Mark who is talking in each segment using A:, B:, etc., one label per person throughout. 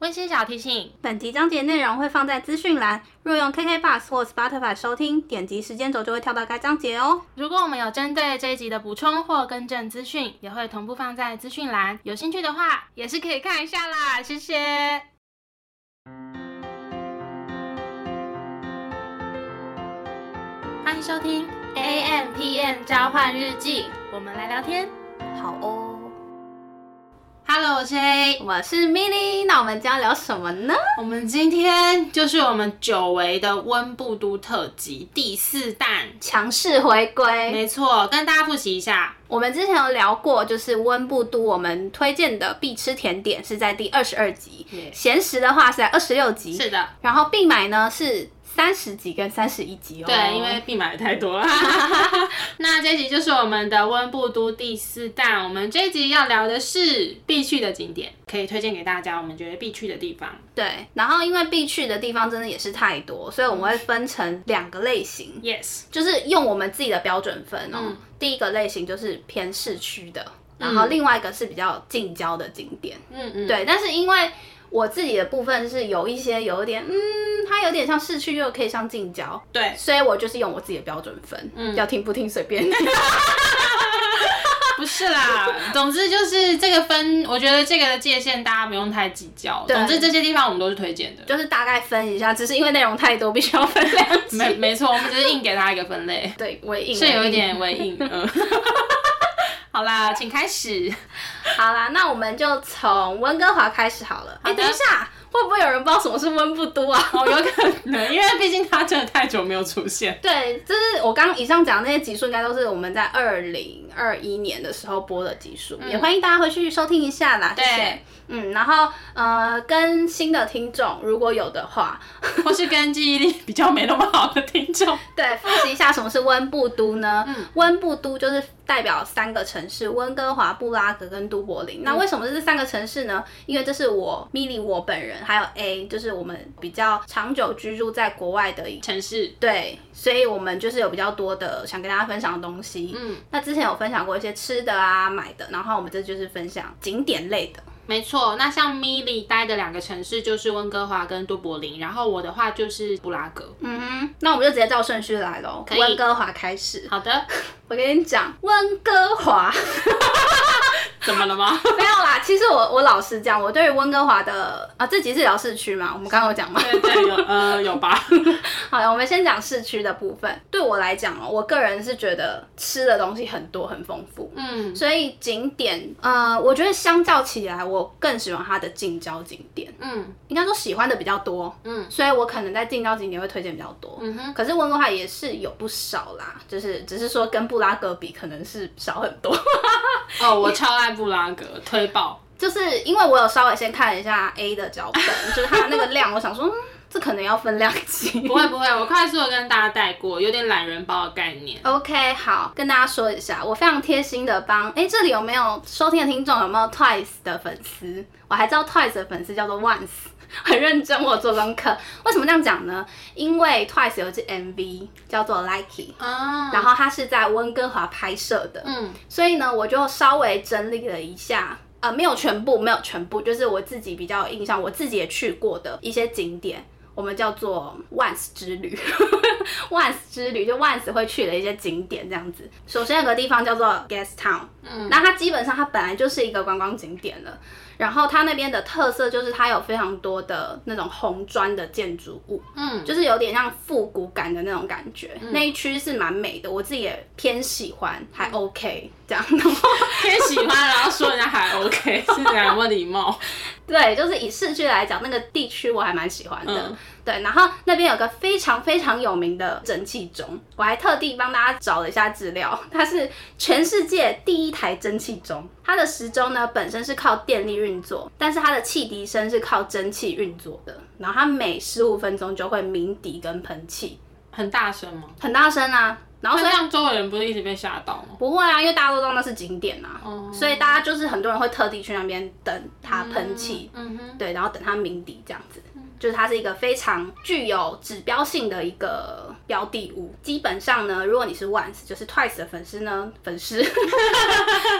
A: 温馨小提醒：
B: 本集章节内容会放在资讯栏，若用 KK Bus 或 Spotify 收听，点击时间轴就会跳到该章节哦。
A: 如果我们有针对这一集的补充或更正资讯，也会同步放在资讯栏，有兴趣的话也是可以看一下啦。谢谢。欢迎收听 A M P M 交换日记，我们来聊天。
B: 好哦，
A: Hello，我是 A，
B: 我是 Milly，那我们今天要聊什么呢？
A: 我们今天就是我们久违的温布都特辑第四弹，
B: 强势回归。
A: 没错，跟大家复习一下。
B: 我们之前有聊过，就是温布都我们推荐的必吃甜点是在第二十二集，咸食的话是在二十六集，
A: 是的，
B: 然后必买呢是三十集跟三十一集哦。
A: 对，因为必买的太多 了。那这集就是我们的温布都第四弹，我们这集要聊的是必去的景点，可以推荐给大家，我们觉得必去的地方。
B: 对，然后因为必去的地方真的也是太多，所以我们会分成两个类型，
A: Yes，
B: 就是用我们自己的标准分哦。
A: 嗯
B: 第一个类型就是偏市区的，然后另外一个是比较近郊的景点。
A: 嗯嗯，
B: 对，但是因为我自己的部分是有一些有一点，嗯，它有点像市区又可以像近郊，
A: 对，
B: 所以我就是用我自己的标准分，
A: 嗯
B: 要听不听随便。
A: 不是 啦，总之就是这个分，我觉得这个的界限大家不用太计较。
B: 对
A: 总之这些地方我们都是推荐的。
B: 就是大概分一下，只是因为内容太多，必须要分两 集。
A: 没没错，我们只是硬给他一个分类，
B: 对，我也
A: 是有一点为硬。嗯， 好啦，请开始。
B: 好啦，那我们就从温哥华开始好了。
A: 好
B: 哎、
A: 的
B: 等一下，会不会有人不知道什么是温布都啊？
A: 哦，有可能，因为毕竟他真的太久没有出现。
B: 对，就是我刚以上讲的那些集数，应该都是我们在二零二一年的时候播的集数，也欢迎大家回去收听一下啦。谢谢
A: 对。
B: 嗯，然后呃，跟新的听众如果有的话，
A: 或是跟记忆力比较没那么好的听众，
B: 对，复习一下什么是温布都呢？温布都就是代表三个城市：温哥华、布拉格跟都柏林。那为什么是这三个城市呢？因为这是我米莉我本人还有 A，就是我们比较长久居住在国外的一
A: 城市
B: 对，所以我们就是有比较多的想跟大家分享的东西。嗯，那之前有分享过一些吃的啊、买的，然后我们这就是分享景点类的。
A: 没错。那像米莉待的两个城市就是温哥华跟都柏林，然后我的话就是布拉格。
B: 嗯哼，那我们就直接照顺序来喽，
A: 以
B: 温哥华开始。
A: 好的，
B: 我跟你讲，温哥 华。
A: 怎么了吗？
B: 没有啦，其实我我老实讲，我对于温哥华的啊，这集是聊市区嘛，我们刚刚有讲 嘛。
A: 对对，有呃有吧？
B: 好了，我们先讲市区的部分。对我来讲哦，我个人是觉得吃的东西很多很丰富，
A: 嗯，
B: 所以景点呃，我觉得相较起来，我更喜欢它的近郊景点，
A: 嗯
B: 应该说喜欢的比较多，
A: 嗯，
B: 所以我可能在近郊景点会推荐比较多。
A: 嗯哼，
B: 可是温哥华也是有不少啦，就是只是说跟布拉格比，可能是少很多。
A: 哦，我超爱布拉格，推爆。
B: 就是因为我有稍微先看了一下 A 的脚本，就是它那个量，我想说，嗯，这可能要分量级
A: 不。会不会，我快速的跟大家带过，有点懒人包的概念。
B: OK，好，跟大家说一下，我非常贴心的帮，哎，这里有没有收听的听众有没有 Twice 的粉丝？我还知道 Twice 的粉丝叫做 Once，很 认真，我有做功课。为什么这样讲呢？因为 Twice 有一支 MV 叫做 Likey，
A: 啊
B: 然后它是在温哥华拍摄的，
A: 嗯
B: 所以呢，我就稍微整理了一下，呃，没有全部，没有全部，就是我自己比较有印象，我自己也去过的一些景点，我们叫做 Once 之旅 ，Once 之旅就 Once 会去的一些景点这样子。首先有个地方叫做 Guest Town，
A: 嗯
B: 那它基本上它本来就是一个观光景点了，然后它那边的特色就是它有非常多的那种红砖的建筑物，
A: 嗯
B: 就是有点像复古感的那种感觉，那一区是蛮美的，我自己也偏喜欢，
A: 嗯
B: 还 OK 这样。 然后
A: 偏喜欢，然后说人家还 OK，是这样有没有礼貌？
B: 对，就是以市区来讲，那个地区我还蛮喜欢的。
A: 嗯
B: 对，然后那边有个非常非常有名的蒸汽钟，我还特地帮大家找了一下资料，它是全世界第一台蒸汽钟。它的时钟呢本身是靠电力运作，但是它的汽笛声是靠蒸汽运作的。然后它每十五分钟就会鸣笛跟喷气，
A: 很大声吗？
B: 很大声啊。然后
A: 那
B: 所以
A: 这样周围人不是一直被吓到吗？
B: 不会啊，因为大家都知道那是景点啊，
A: 哦
B: 所以大家就是很多人会特地去那边等它喷气。
A: 嗯哼，嗯
B: 对，然后等它鸣笛这样子。就是它是一个非常具有指标性的一个标的物。基本上呢，如果你是 Once 就是 Twice 的粉丝呢，粉丝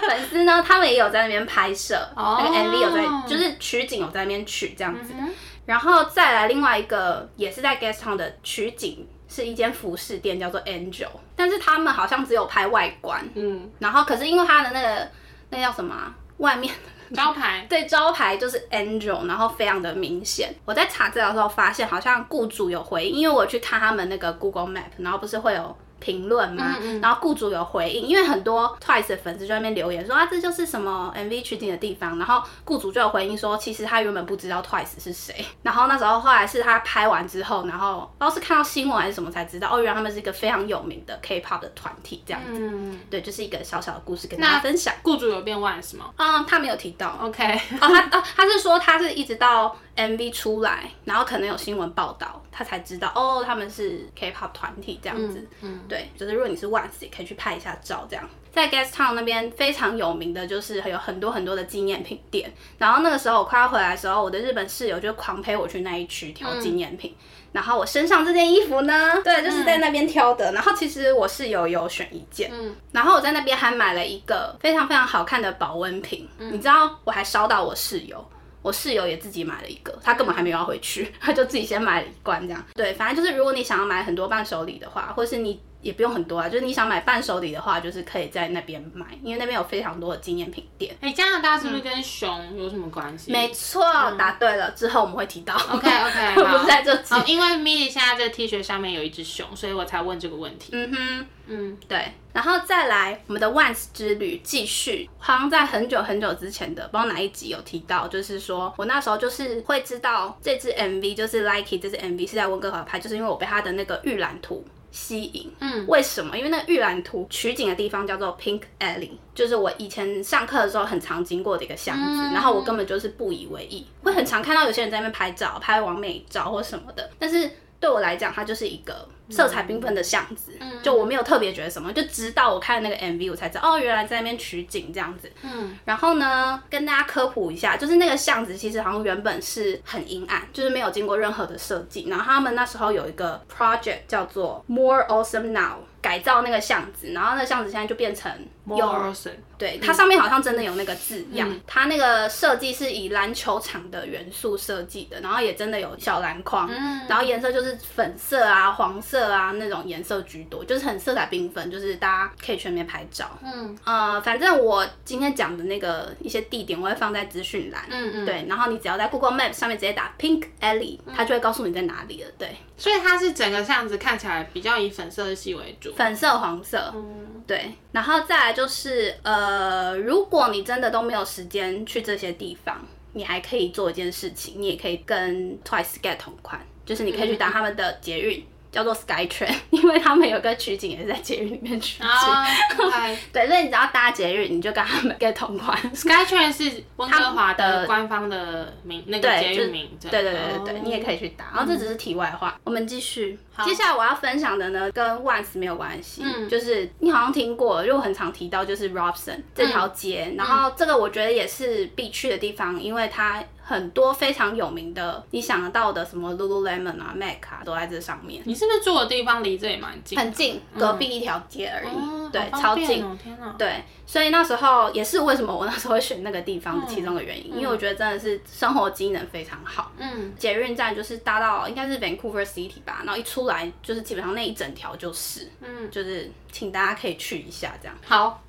B: 粉丝呢，他们也有在那边拍摄
A: 哦
B: 那个 MV 有在，就是取景有在那边取这样子。
A: 嗯哼
B: 然后再来另外一个也是在 Guest Town 的取景，是一间服饰店叫做 Angel，但是他们好像只有拍外观，
A: 嗯，
B: 然后可是因为它的那个那叫什么啊、外面
A: 招牌
B: 对，招牌就是 Angel，然后非常的明显。我在查资料的时候发现，好像雇主有回应，因为我去看他们那个 Google Map，然后不是会有。评论嘛，
A: 嗯嗯
B: 然后雇主有回应，因为很多 Twice 的粉丝就在那边留言说啊，这就是什么 MV 取景的地方。然后雇主就有回应说，其实他原本不知道 Twice 是谁。然后那时候后来是他拍完之后，然后不知道是看到新闻还是什么才知道，哦，原来他们是一个非常有名的 K-pop 的团体这样子。
A: 嗯，
B: 对，就是一个小小的故事跟大家
A: 那
B: 分享。
A: 雇主有变 once 吗
B: 嗯，他没有提 到，
A: ？OK，
B: 哦，他哦，他是说他是一直到 MV 出来，然后可能有新闻报道，他才知道哦，他们是 K-pop 团体这样子。
A: 嗯，
B: 对，就是如果你是 Once，也可以去拍一下照这样。在 Guest Town 那边非常有名的就是有很多很多的纪念品店，然后那个时候我快要回来的时候，我的日本室友就狂陪我去那一区挑纪念品。然后我身上这件衣服呢，嗯对，就是在那边挑的。然后其实我室友有选一件，
A: 嗯，
B: 然后我在那边还买了一个非常非常好看的保温瓶，你知道我还烧到我室友，我室友也自己买了一个，他根本还没有要回去， 他就自己先买了一罐这样。对，反正就是如果你想要买很多伴手礼的话，或是你也不用很多啊，就是你想买伴手礼的话，就是可以在那边买，因为那边有非常多的纪念品店。
A: 哎、加拿大是不是跟熊有什么关系？
B: 嗯没错，答对了，之后我们会提到。
A: OK OK，
B: 不是在这集
A: 哦，因为 Milly 现在这 T 恤上面有一只熊，所以我才问这个问题。
B: 嗯哼。
A: 嗯，
B: 对，然后再来我们的 Once 之旅继续，好像在很久很久之前的，不知道哪一集有提到，就是说我那时候就是会知道这支 MV 就是 Likey 这支 MV 是在温哥华拍，就是因为我被它的那个预览图吸引。
A: 嗯，
B: 为什么？因为那个预览图取景的地方叫做 Pink Alley，就是我以前上课的时候很常经过的一个巷子，
A: 嗯
B: 然后我根本就是不以为意，会很常看到有些人在那边拍照、拍完美照或什么的，但是对我来讲，它就是一个色彩缤纷的巷子，
A: 嗯
B: 就我没有特别觉得什么，就直到我看那个 MV，我才知道哦，原来在那边取景这样子。
A: 嗯，
B: 然后呢，跟大家科普一下，就是那个巷子其实好像原本是很阴暗，就是没有经过任何的设计。然后他们那时候有一个 project 叫做 More Awesome Now，改造那个巷子，然后那个巷子现在就变成有
A: Morrison，
B: 对，它上面好像真的有那个字样。它那个设计是以篮球场的元素设计的，然后也真的有小篮筐，然后颜色就是粉色啊、黄色啊那种颜色居多，就是很色彩缤纷，就是大家可以全面拍照。
A: 嗯
B: 呃，反正我今天讲的那个一些地点，我会放在资讯栏。
A: 嗯嗯，，
B: 对，然后你只要在 Google Map 上面直接打 Pink Alley，它就会告诉你在哪里了。对，
A: 所以它是整个巷子看起来比较以粉色系为主。
B: 粉色、黄色，
A: 嗯
B: 对，然后再来就是呃，如果你真的都没有时间去这些地方，你还可以做一件事情，你也可以跟 Twice get 同款，就是你可以去
A: 嗯
B: 搭他们的捷运，叫做 SkyTrain，因 为他们有个取景也是在捷运里面取景。
A: 啊，OK
B: 对，所以你只要搭捷运，你就跟他们 get 同款。
A: ，SkyTrain 是温哥华
B: 他们
A: 的
B: 的
A: 官方的名，那个
B: 对，
A: 捷
B: 就
A: 运名。哦
B: 对对对对对，你也可
A: 以。
B: 以去打。然后这只是题外话，我们继续。接下来我要分享的呢，跟 Once 没有关系，
A: 嗯
B: 就是你好像听过，因为我很常提到就是 Robson 这
A: 嗯
B: 条街，然后这个我觉得也是必去的地方，因为它。很多非常有名的，你想得到的什么 Lululemon 啊、Mac 啊，都在这上面，
A: 你是不是住的地方离这里蛮近？
B: 很近，隔壁一条街而已，
A: 嗯哦
B: 对，
A: 好
B: 超
A: 方便
B: 近。
A: 哦！天哪，
B: 对，所以那时候也是为什么我那时候会选那个地方的其中的原因，因为我觉得真的是生活机能非常好。
A: 嗯，
B: 捷运站就是搭到应该是 Vancouver City 吧，然后一出来就是基本上那一整条就是，
A: 嗯，
B: 就是请大家可以去一下这样，
A: 好，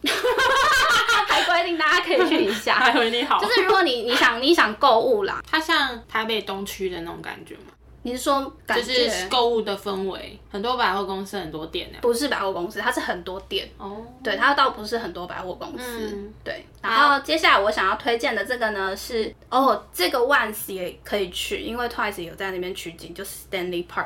B: 还规定大家可以去一下。
A: 还有你好，
B: 就是如果你你想你想购物啦，
A: 它像台北东区的那种感觉吗？
B: 你是说感
A: 就
B: 觉、
A: 是购物的氛围，很多百货公司很多店呢。
B: 不是百货公司，它是很多店，
A: 哦，
B: 对，它倒不是很多百货公司，
A: 嗯
B: 对。然后接下来我想要推荐的这个呢是哦，这个 Once 也可以去，因为 Twice 有在那边取景，就是 Stanley Park，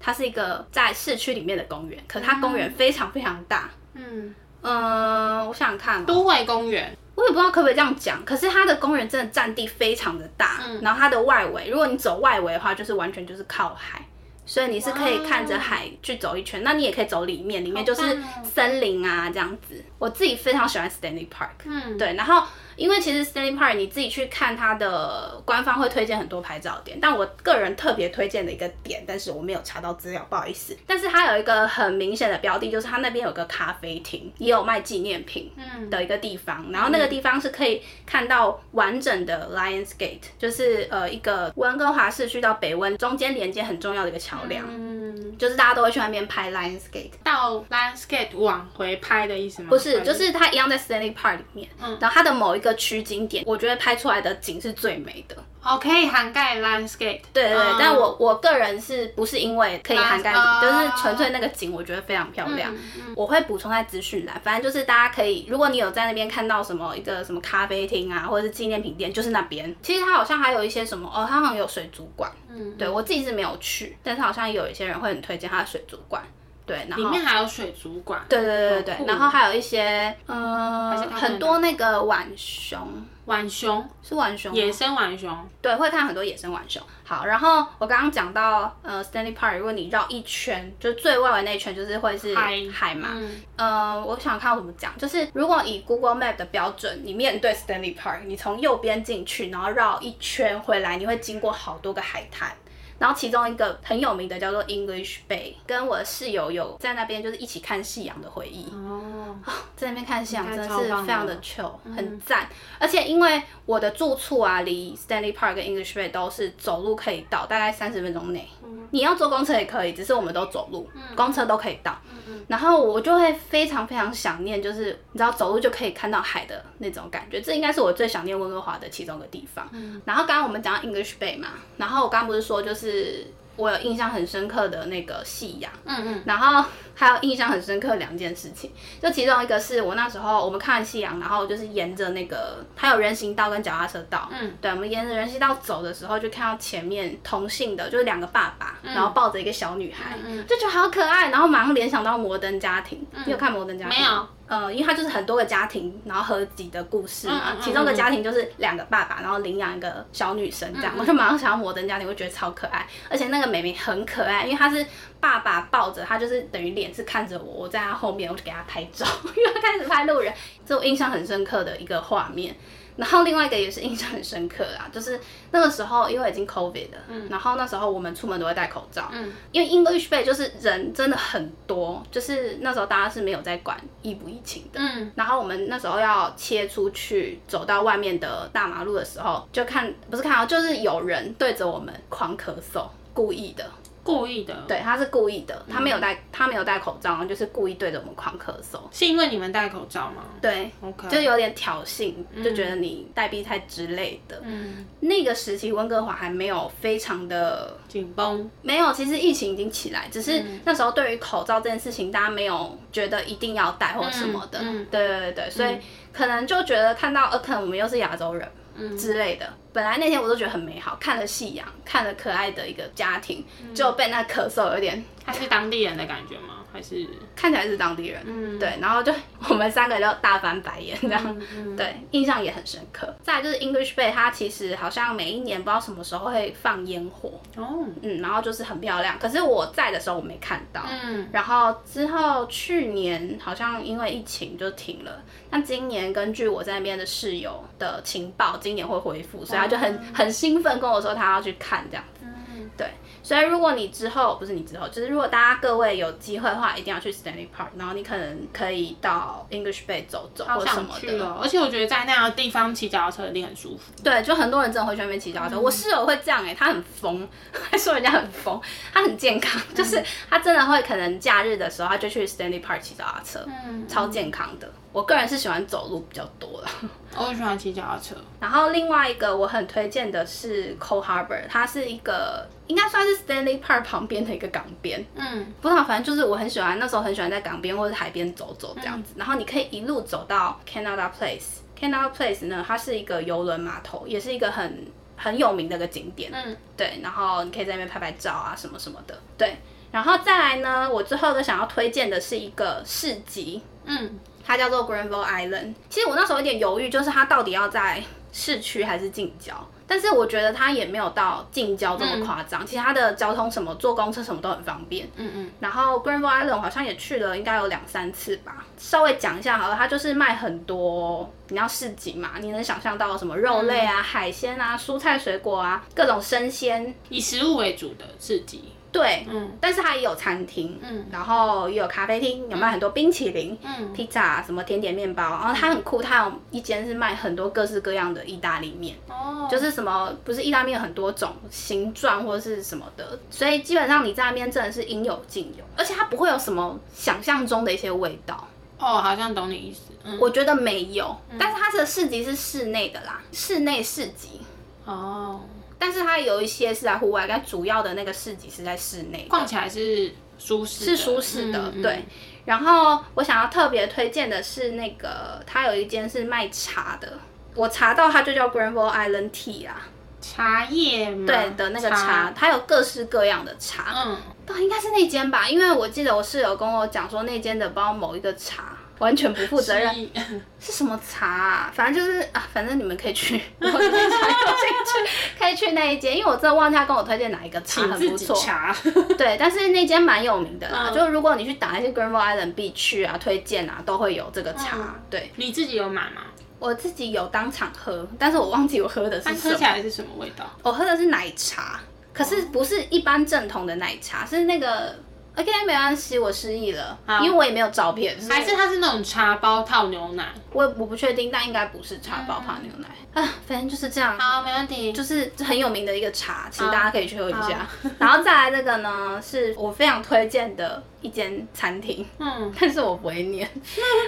B: 它是一个在市区里面的公园，可它公园非常非常大。
A: 嗯，
B: 嗯，我想想看、哦，
A: 都会公园，
B: 我也不知道可不可以这样讲。可是它的公园真的占地非常的大，
A: 嗯
B: 然后它的外围，如果你走外围的话，就是完全就是靠海，所以你是可以看着海去走一圈。那你也可以走里面，里面就是
A: 好棒哦
B: 森林啊这样子。我自己非常喜欢 Stanley Park，
A: 嗯，
B: 对，然后因为其实 Stanley Park 你自己去看它的官方会推荐很多拍照点，但我个人特别推荐的一个点，但是我没有查到资料，不好意思。但是它有一个很明显的标的，就是它那边有个咖啡厅，也有卖纪念品
A: 嗯
B: 的一个地方，然后那个地方是可以看到完整的 Lions Gate，就是呃一个温哥华市区到北温中间连接很重要的一个桥梁，
A: 嗯，
B: 就是大家都会去那边拍 Lions Gate。
A: 到 landscape 往回拍的意思吗？
B: 不是，
A: 还
B: 就是它一样在 Stanley Park 里面，然后它的某一个区景点，我觉得拍出来的景是最美的。
A: 哦，可以涵盖 landscape。
B: 对对对，
A: 嗯
B: 但我我个人是不是因为可以涵盖
A: 啊啊，
B: 就是纯粹那个景，我觉得非常漂亮。我会补充在资讯栏，反正就是大家可以，如果你有在那边看到什么一个什么咖啡厅啊，或者是纪念品店，就是那边。其实它好像还有一些什么哦，它好像有水族馆。
A: 嗯，
B: 对我自己是没有去，但是好像有一些人会很推荐它的水族馆。对，然后
A: 里面还有水族馆。
B: 对对对对
A: 好酷
B: 对，然后还有一些，呃，
A: 是他们
B: 很多那个浣熊，
A: 浣熊，
B: 是浣熊吗，
A: 野生浣熊。
B: 对，会看很多野生浣熊。好，然后我刚刚讲到，呃，Stanley Park，如果你绕一圈，就最外围那一圈，就是会是海嘛。
A: 嗯
B: 呃，我想看我怎么讲，就是如果以 Google Map 的标准，你面对 Stanley Park，你从右边进去，然后绕一圈回来，你会经过好多个海滩。然后其中一个很有名的叫做 English Bay，跟我的室友有在那边就是一起看夕阳的回忆。
A: 哦，
B: 在那边看夕阳真的
A: 超
B: 是
A: 棒的嗯
B: 非常的 chill，很赞。而且因为我的住处啊，离 Stanley Park 跟 English Bay 都是走路可以到，大概三十分钟内。
A: 嗯
B: 你要坐公车也可以，只是我们都走路，公车都可以到。
A: 嗯
B: 然后我就会非常非常想念，就是你知道走路就可以看到海的那种感觉，这应该是我最想念温哥华的其中一个地方。
A: 嗯
B: 然后刚刚我们讲到 English Bay 嘛，然后我刚刚不是说就是我有印象很深刻的那个夕阳。
A: 嗯嗯，
B: 然后还有印象很深刻两件事情，就其中一个是我那时候我们看完夕阳，然后就是沿着那个它有人行道跟脚踏车道，
A: 嗯，
B: 对，我们沿着人行道走的时候，就看到前面同性的，就是两个爸爸，
A: 嗯
B: 然后抱着一个小女孩，就觉得好可爱，然后马上联想到摩登家庭，你有看摩登家
A: 嗯
B: 庭？
A: 没有。
B: 呃，因为它就是很多个家庭，然后合集的故事嘛。
A: 嗯嗯嗯嗯
B: 其中一个家庭就是两个爸爸，然后啊领养一个小女生这样。我就马上想到摩登家庭，我觉得超可爱，而且那个妹妹很可爱，因为她是爸爸抱着她，就是等于脸是看着我，我在她后面，我就给她拍照， 因为她开始拍路人，这我印象很深刻的一个画面。然后另外一个也是印象很深刻啊，就是那个时候因为已经 COVID 了，然后那时候我们出门都会戴口罩，
A: 嗯
B: 因为 English Bay 就是人真的很多，就是那时候大家是没有在管疫不疫情的。
A: 嗯，
B: 然后我们那时候要切出去，走到外面的大马路的时候，就看不是看到，就是有人对着我们狂咳嗽，故意的。
A: 故意的。，
B: 对，他是故意的，他没
A: 嗯
B: 有戴，他没有戴口罩，然后就是故意对着我们狂咳嗽。
A: 是因为你们戴口罩吗
B: 对，
A: ？OK。
B: 就有点挑衅，就觉得你戴鼻塞之类的。
A: 嗯，
B: 那个时期温哥华还没有非常的
A: 紧绷。
B: 没有，其实疫情已经起来，只是
A: 嗯
B: 那时候对于口罩这件事情，大家没有觉得一定要戴或什么的。
A: 嗯嗯
B: 对对对对，所以可能就觉得看到呃，可能我们又是亚洲人、
A: 嗯
B: 之类的。本来那天我都觉得很美好，看了夕阳，看了可爱的一个家庭，
A: 嗯
B: 就被那咳嗽有点
A: 他是当地人的感觉吗？还是
B: 看起来是当地人，
A: 嗯
B: 对，然后就我们三个就大翻白眼这样，
A: 嗯
B: 对，印象也很深刻。再来就是 English Bay，它其实好像每一年不知道什么时候会放烟火，
A: 哦，
B: 嗯，然后就是很漂亮。可是我在的时候我没看到，
A: 嗯
B: 然后之后去年好像因为疫情就停了，但今年根据我在那边的室友的情报，今年会恢复，所以他就
A: 哦
B: 很很兴奋跟我说他要去看这样子。
A: 嗯
B: 对，所以如果你之后不是你之后，就是如果大家各位有机会的话，一定要去 Stanley Park，然后你可能可以到 English Bay 走走
A: 好
B: 或什
A: 想
B: 么
A: 去
B: 的。
A: 哦！而且我觉得在那样的地方骑脚踏车一定很舒服。
B: 对，就很多人真的会去那边骑脚踏车。我室友会这样哎、欸，他很疯， 还说人家很疯，他很健康，就是他真的会可能假日的时候他就去 Stanley Park 骑脚踏车，
A: 嗯，
B: 超健康的。我个人是喜欢走路比较多啦。
A: 我也喜欢骑脚踏车。
B: 然后另外一个我很推荐的是 Cold Harbor，它是一个应该算是 Stanley Park 旁边的一个港边。
A: 嗯
B: 不知道，反正就是我很喜欢，那时候很喜欢在港边或者海边走走这样子。然后你可以一路走到 Canada Place。Canada Place 呢，它是一个游轮码头，也是一个很很有名的一个景点。
A: 嗯，
B: 对，然后你可以在那边拍拍照啊，什么什么的。对，然后再来呢，我最后一个想要推荐的是一个市集，
A: 嗯，
B: 它叫做 Granville Island。其实我那时候有点犹豫，就是它到底要在市区还是近郊。但是我觉得它也没有到近郊这么夸张，其他的交通什么坐公车什么都很方便。
A: 嗯嗯，
B: 然后 Granville Island 我好像也去了，应该有两三次吧。稍微讲一下好了，它就是卖很多，你要市集嘛，你能想象到什么肉类
A: 嗯
B: 啊、海鲜啊、蔬菜水果啊，各种生鲜。
A: 以食物为主的市集，
B: 对，
A: 嗯
B: 但是它也有餐厅，
A: 嗯
B: 然后也有咖啡厅，有卖很多冰淇淋、
A: 嗯，
B: 披萨、什么甜点、面包。然后它很酷，它有一间是卖很多各式各样的意大利面。
A: 哦，
B: 就是什么，不是意大利面有很多种形状或是什么的，所以基本上你在那边真的是应有尽有，而且它不会有什么想象中的一些味道，
A: 哦，好像懂你意思，嗯，
B: 我觉得没有。但是它的市集是室内的啦，室内市集，
A: 哦，
B: 但是它有一些是在户外，但主要的那个市集是在室内的。
A: 逛起来是舒适的，
B: 是舒适的，
A: 哦嗯
B: 对，。然后我想要特别推荐的是那个，它有一间是卖茶的，我查到它就叫 Granville Island Tea 啦，
A: 茶叶嘛，
B: 对的那个茶，，它有各式各样的茶，
A: 嗯，
B: 对，应该是那间吧，因为我记得我室友跟我讲说那间的包某一个茶完全不负责任，
A: 是
B: 是什么茶、啊？反正就是啊，反正你们可以去，如果你们有兴趣可以去那一间，因为我真的忘记 他跟我推荐哪一个茶
A: 请
B: 很
A: 自
B: 不
A: 己
B: 错。
A: 查，
B: 对，但是那间蛮有名的啦，
A: 嗯
B: 就是如果你去打一些 Granville Island 必去啊、推荐啊，都会有这个茶。
A: 嗯
B: 对
A: 你自己有买吗？
B: 我自己有当场喝，但是我忘记我喝的
A: 它
B: 是什
A: 喝
B: 么
A: 起。来是什么味道？
B: 我哦喝的是奶茶，可是
A: 哦
B: 不是一般正统的奶茶，是那个 OK 没关系，我失忆了，
A: 好
B: 因为我也没有照片，所以
A: 还是它是那种茶包套牛奶？
B: 我我不确定，但应该不是茶包泡牛奶、啊，反正就是这样。
A: 嗯好，哦没问题。
B: 就是很有名的一个茶，请大家可以去喝一下。 然后再来这个呢，是我非常推荐的一间餐厅，
A: 嗯，
B: 但是我不 会念，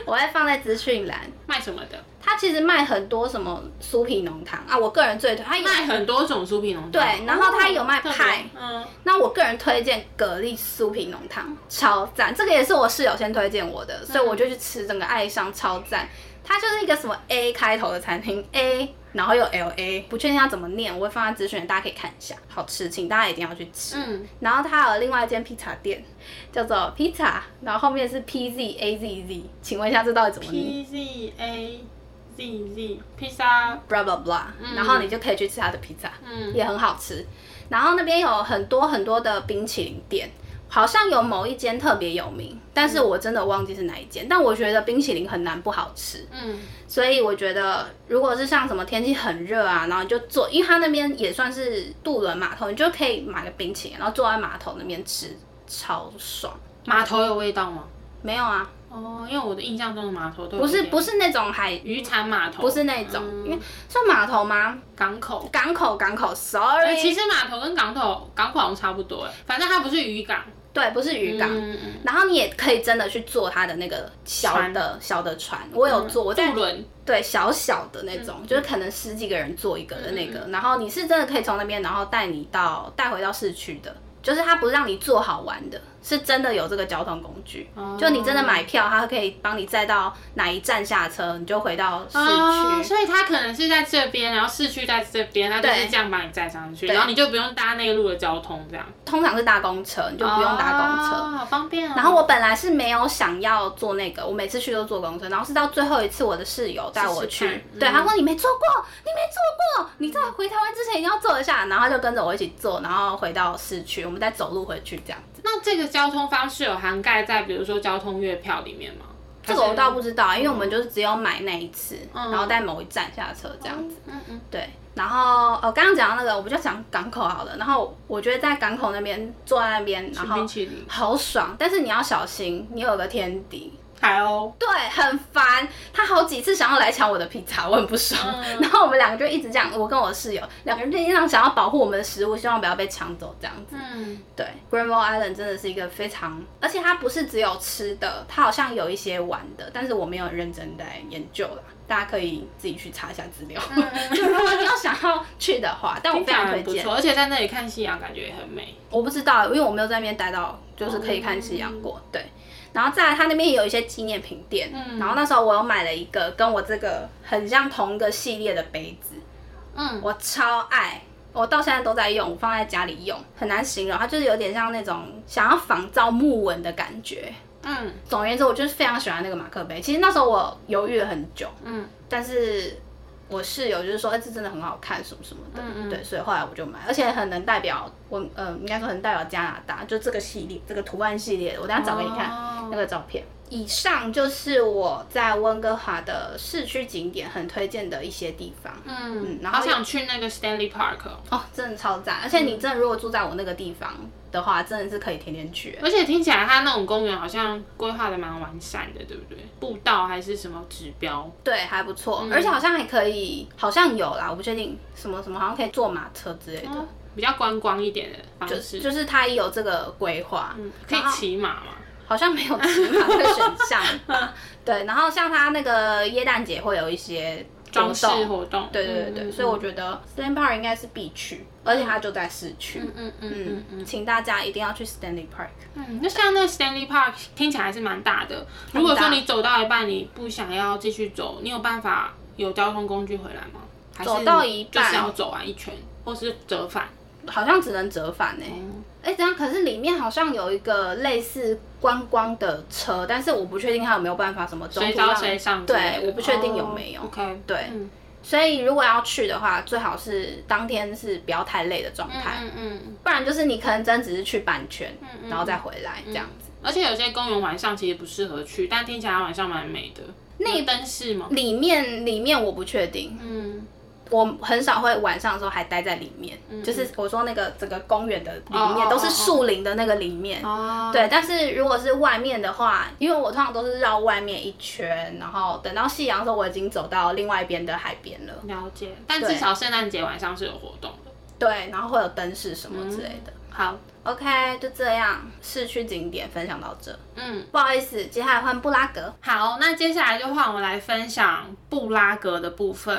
B: 我会放在资讯栏。
A: 卖什么的？
B: 它其实卖很多什么酥皮浓汤啊，我个人最推它有。
A: 卖很多种酥皮浓汤。
B: 对然后它有卖派
A: 哦嗯，
B: 那我个人推荐蛤蜊酥皮浓汤，超赞！这个也是我室友先推荐我的，所以我就去吃，整个爱上，超赞。它就是一个什么 A 开头的餐厅，A，然后又 L A，不确定它怎么念，我会放在资讯栏，大家可以看一下，好吃，请大家一定要去吃。
A: 嗯，
B: 然后它还有另外一间披萨店，叫做披萨，然后后面是 P Z A Z Z，请问一下这到底怎么念
A: P Z A Z Z 披萨，
B: ？blah blah blah，、然后你就可以去吃它的披萨。
A: 嗯
B: 也很好吃。然后那边有很多很多的冰淇淋店，好像有某一间特别有名，但
A: 嗯
B: 是我真的忘记是哪一间。但我觉得冰淇淋很难不好吃，
A: 嗯，
B: 所以我觉得如果是像什么天气很热啊，然后你就坐，因为它那边也算是渡轮码头，你就可以买个冰淇淋，然后坐在码头那边吃，超爽。
A: 码头有味道吗？
B: 没有啊，
A: 哦，因为我的印象中的码头都有
B: 不是
A: 一点
B: 不是那种海，
A: 渔产码头，
B: 不是那种，
A: 嗯
B: 因为算码头吗？
A: 港口。
B: 港口港口
A: 呃
B: ，sorry，
A: 其实码头跟港口港口好像差不多哎，反正它不是渔港，
B: 对，不是渔港，
A: 嗯嗯
B: 然后你也可以真的去坐它的那个小的小的船，我有坐，我在
A: 嗯渡轮，
B: 对小小的那种，就是可能十几个人坐一个的
A: 嗯
B: 那个，然后你是真的可以从那边，然后带你到带回到市区的，就是它不是让你坐好玩的，是真的有这个交通工具，
A: 哦
B: 就你真的买票，它可以帮你载到哪一站下车，你就回到市区。
A: 哦，所以它可能是在这边，然后市区在这边，它就是这样把你载上去，
B: 对
A: 然后你就不用搭内陆的交通，这样
B: 通常是搭公车，你就不用搭公车。
A: 哦好方便哦。
B: 然后我本来是没有想要坐那个，我每次去都坐公车，然后是到最后一次我的室友带我
A: 试
B: 去，
A: 试看
B: 对，
A: 嗯
B: 他说你没坐过，你没坐过，你在回台湾之前一定要坐一下，然后他就跟着我一起坐，然后回到市区，我们再走路回去这样子。
A: 那这个交通方式有涵盖在比如说交通月票里面吗？
B: 这个我倒
A: 还
B: 不
A: 是
B: 知道，啊因为我们就是只有买那一次，然后在某一站下车这样子。
A: 嗯嗯
B: 对，然后呃，刚刚讲到那个，我们就讲港口好了。然后我觉得在港口那边坐在那边，然
A: 吃
B: 后
A: 冰淇淋，
B: 好爽，但是你要小心，你有个天敌，
A: 海鸥，
B: 对，很烦。他好几次想要来抢我的披萨，我很不爽。
A: 嗯
B: 然后我们两个就一直这样，我跟我室友两个人就一直想要保护我们的食物，希望不要被抢走这样子。
A: 嗯，
B: 对，Granville Island 真的是一个非常，而且它不是只有吃的，它好像有一些玩的，但是我没有认真在研究啦。大家可以自己去查一下资料，就 如果你要想要去的话，但我
A: 嗯听
B: 非
A: 起来
B: 常推
A: 很不
B: 荐。
A: 错，而且在那里看夕阳感觉也很美。
B: 我不知道，因为我没有在那边待到，就是可以看夕阳过。对，然后再来，它那边也有一些纪念品店。
A: 嗯
B: 然后那时候我有买了一个跟我这个很像同一个系列的杯子，
A: 嗯，
B: 我超爱，我到现在都在用，我放在家里用，很难形容，它就是有点像那种想要仿造木纹的感觉。
A: 嗯
B: 总而言之，我就是非常喜欢那个马克杯。其实那时候我犹豫了很久，
A: 嗯，
B: 但是我室友就是说，哎、这真的很好看，什么什么的，对，所以后来我就买，而且很能代表我，呃，应该说很代表加拿大，就这个系列，这个图案系列的，我等一下找给你看、
A: 哦
B: 那个照片。以上就是我在温哥华的市区景点很推荐的一些地方。
A: 嗯，
B: 然后
A: 好想去那个 Stanley Park，、哦、
B: 哦，真的超赞！而且
A: 嗯
B: 你真的如果住在我那个地方的话，真的是可以天天去。
A: 而且听起来它那种公园好像规划的蛮完善的，对不对？步道还是什么指标？
B: 对，还不错，
A: 嗯
B: 而且好像还可以，好像有啦，我不确定什么什么，好像可以坐马车之类的，
A: 哦比较观光一点的方
B: 就
A: 式，嗯
B: 就是它也有这个规划，
A: 可以
B: 然后
A: 骑马嘛？
B: 好像没有骑马这个选 项 吧，对，然后像它那个耶诞节会有一些
A: 装饰
B: 活动
A: 活动，
B: 对对对对，
A: 嗯
B: 所以我觉得 Stanley Park 应该是必去，而且它就在市区，
A: 嗯嗯嗯嗯嗯
B: 请大家一定要去 Stanley Park。
A: 嗯，那像那个 Stanley Park 听起来还是蛮大的。如果说你走到一半，你不想要继续走，你有办法有交通工具回来吗？还是
B: 走到一半
A: 就是要走完一圈，或是折返。
B: 好像只能折返呢、欸。
A: 哦
B: 哎、等一下，可是里面好像有一个类似观光的车，但是我不确定它有没有办法什么中
A: 谁
B: 途让
A: 到谁上之类的？
B: 对，我不确定有没有。
A: 哦 OK，
B: 对
A: 嗯
B: 所以如果要去的话，最好是当天是不要太累的状态，
A: 嗯嗯嗯，
B: 不然就是你可能真只是去半圈，
A: 嗯
B: 然后再回来这样子。
A: 而且有些公园晚上其实不适合去，但听起来晚上蛮美的。那灯饰吗？
B: 里面里面我不确定，
A: 嗯，
B: 我很少会晚上的时候还待在里面，就是我说那个整个公园的里面
A: 嗯哦
B: 都是
A: 哦哦
B: 树林的那个里面，
A: 哦，
B: 对，但是如果是外面的话，因为我通常都是绕外面一圈，然后等到夕阳的时候，我已经走到另外一边的海边了。
A: 了解。但至少圣诞节晚上是有活动的。
B: 对，然后会有灯饰什么之
A: 嗯
B: 类的。
A: 好，
B: OK，就这样，市区景点分享到这。
A: 嗯。
B: 不好意思，接下来换布拉格。
A: 好，那接下来就换我来分享布拉格的部分，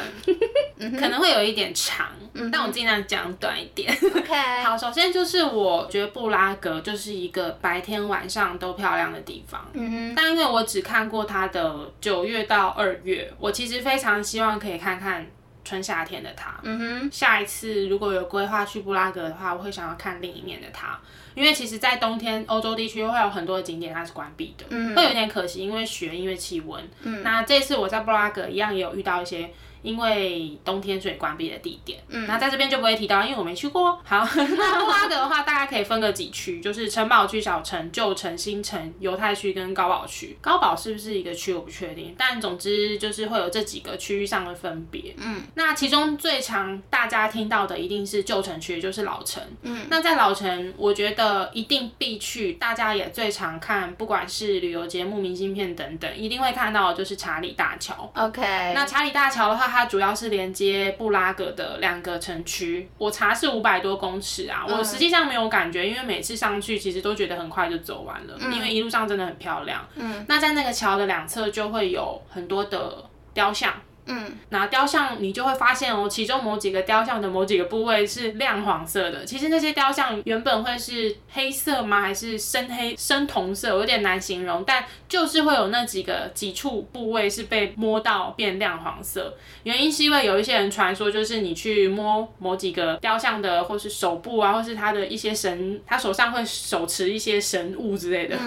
A: 可能会有一点长，但我尽量讲短一点。
B: OK，
A: 好，首先就是我觉得布拉格就是一个白天晚上都漂亮的地方。
B: 嗯
A: 但因为我只看过它的九月到二月，我其实非常希望可以看看春夏天的它。
B: 哼，嗯哼，
A: 下一次如果有规划去布拉格的话，我会想要看另一面的它，因为其实，在冬天欧洲地区会有很多的景点它是关闭的，
B: 嗯
A: 会有点可惜，因为雪，因为气温。嗯，那这次我在布拉格一样也有遇到一些。因为冬天所以关闭的地点，嗯，那在这边就不会提到，因为我没去过哦。好， 那布拉格的话，大概可以分个几区，就是城堡区、小城、旧城、新城、犹太区跟高堡区。高堡是不是一个区我不确定，但总之就是会有这几个区域上的分别。那其中最常大家听到的一定是旧城区，也就是老城。嗯，那在老城，我觉得一定必去，大家也最常看，不管是旅游节目、明信片等等，一定会看到的就是查理大桥。
B: OK，
A: 那查理大桥的话，它主要是连接布拉格的两个城区。我查是五百多公尺啊，我实际上没有感觉，因为每次上去其实都觉得很快就走完了，因为一路上真的很漂亮。嗯，那在那个桥的两侧就会有很多的雕像。
B: 嗯，
A: 拿雕像，你就会发现哦，其中某几个雕像的某几个部位是亮黄色的。其实那些雕像原本会是黑色吗？还是深黑、深铜色？有点难形容，但就是会有那几个几处部位是被摸到变亮黄色。原因是因为有一些人传说，就是你去摸某几个雕像的，或是手部啊，或是他的一些神，他手上会手持一些神物之类的，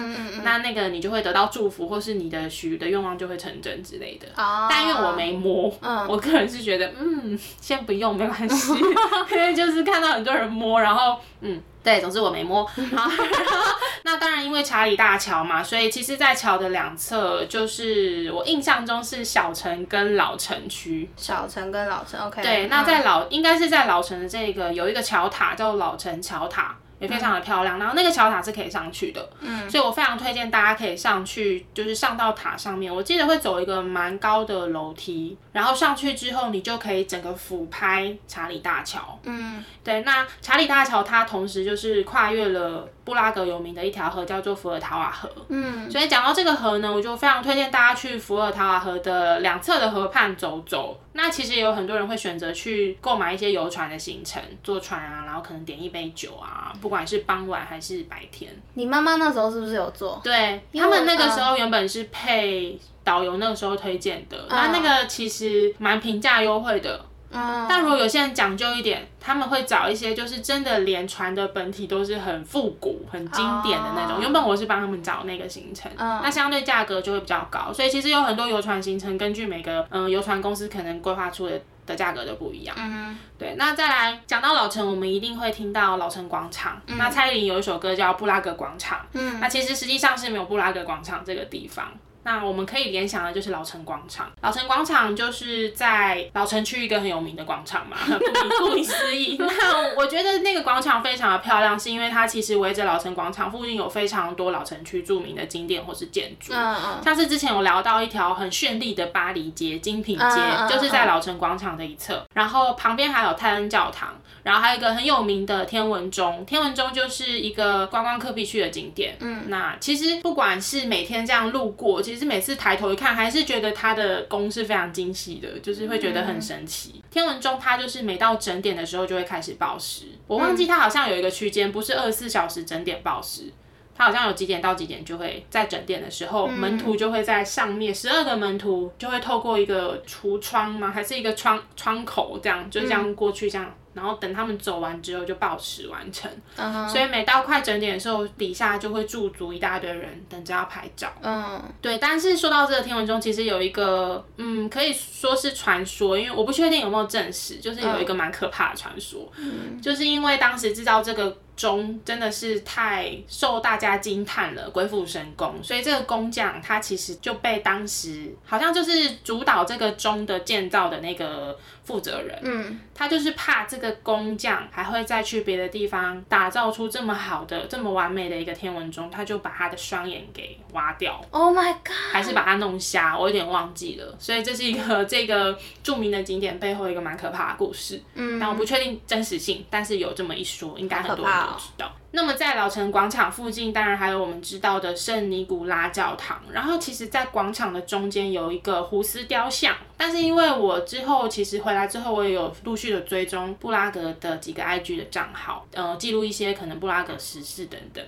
A: 那那个你就会得到祝福，或是你的许的愿望就会成真之类的。
B: 哦，
A: 但因为我没摸，我个人是觉得，嗯，先不用，没关系，因为就是看到很多人摸，然后，嗯，对，总之我没摸。好，然后 那当然因为查理大桥嘛，所以其实，在桥的两侧，就是我印象中是小城跟老城区。
B: 小城跟老城 OK，
A: 对，那在老、应该是在老城的这个有一个桥塔叫老城桥塔，也非常的漂亮。然后那个桥塔是可以上去的，嗯，所以我非常推荐大家可以上去，就是上到塔上面。我记得会走一个蛮高的楼梯，然后上去之后你就可以整个俯拍查理大桥。
B: 嗯
A: 对，那查理大桥它同时就是跨越了布拉格有名的一条河，叫做伏尔塔瓦河。
B: 嗯
A: 所以讲到这个河呢，我就非常推荐大家去伏尔塔瓦河的两侧的河畔走走。那其实也有很多人会选择去购买一些游船的行程，坐船啊，然后可能点一杯酒啊，不管是傍晚还是白天。
B: 你妈妈那时候是不是有做？
A: 对
B: 因为嗯
A: 他
B: 我
A: 们那个时候原本是配导游那个时候推荐的，那那个其实蛮平价优惠的。
B: 嗯，
A: 但如果有些人讲究一点，他们会找一些就是真的连船的本体都是很复古、很经典的那种。
B: 哦
A: 原本我是帮他们找那个行程，那相对呃价格就会比较高。所以其实有很多游船行程，根据每个嗯游船公司可能规划出的的价格就不一样。嗯，对。那再来讲到老城，我们一定会听到老城广场。那蔡依林有一首歌叫《布拉格广场》，嗯，那其实实际上是没有布拉格广场这个地方。那我们可以联想的就是老城广场，老城广场就是在老城区一个很有名的广场嘛，不顾顾名思义。 那我觉得那个广场非常的漂亮，是因为它其实围着老城广场附近有非常多老城区著名的景点或是建筑，
B: 嗯嗯
A: 像是之前有聊到一条很绚丽的巴黎街、精品街
B: 嗯嗯嗯，
A: 就是在老城广场的一侧，嗯然后旁边还有泰恩教堂，然后还有一个很有名的天文钟，天文钟就是一个观光客必去的景点。嗯，那其实不管是每天这样路过，其实每次抬头一看，还是觉得它的宫是非常精细的，就是会觉得很神奇。天文钟它就是每到整点的时候就会开始报时，我忘记它好像有一个区间，不是二十四小时整点报时。它好像有几点到几点就会在整点的时候，
B: 嗯
A: 门徒就会在上面，十二个门徒就会透过一个橱窗吗？还是一个窗窗口这样，就这样过去这样，然后等他们走完之后就报时完成。
B: 嗯哼
A: 所以每到快整点的时候，底下就会驻足一大堆人等着要拍照。
B: 嗯
A: 对，但是说到这个天文钟，其实有一个，嗯，可以说是传说，因为我不确定有没有证实，就是有一个蛮可怕的传说，就是因为当时制造这个钟真的是太受大家惊叹了，鬼斧神工，所以这个工匠他其实就被当时好像就是主导这个钟的建造的那个负责人，
B: 嗯
A: 他就是怕这个工匠还会再去别的地方打造出这么好的、这么完美的一个天文钟，他就把他的双眼给挖掉。
B: ，Oh my god，
A: 还是把它弄瞎，我有点忘记了。所以这是一个这个著名的景点背后一个蛮可怕的故事，
B: 嗯
A: 但我不确定真实性，但是有这么一说，应该很多
B: 好
A: 人
B: 可怕
A: 都
B: 哦
A: 知道。那么在老城广场附近，当然还有我们知道的圣尼古拉教堂。然后其实，在广场的中间有一个胡斯雕像，但是因为我之后其实回来之后，我也有陆续的追踪布拉格的几个 IG 的账号，呃，记录一些可能布拉格时事等等。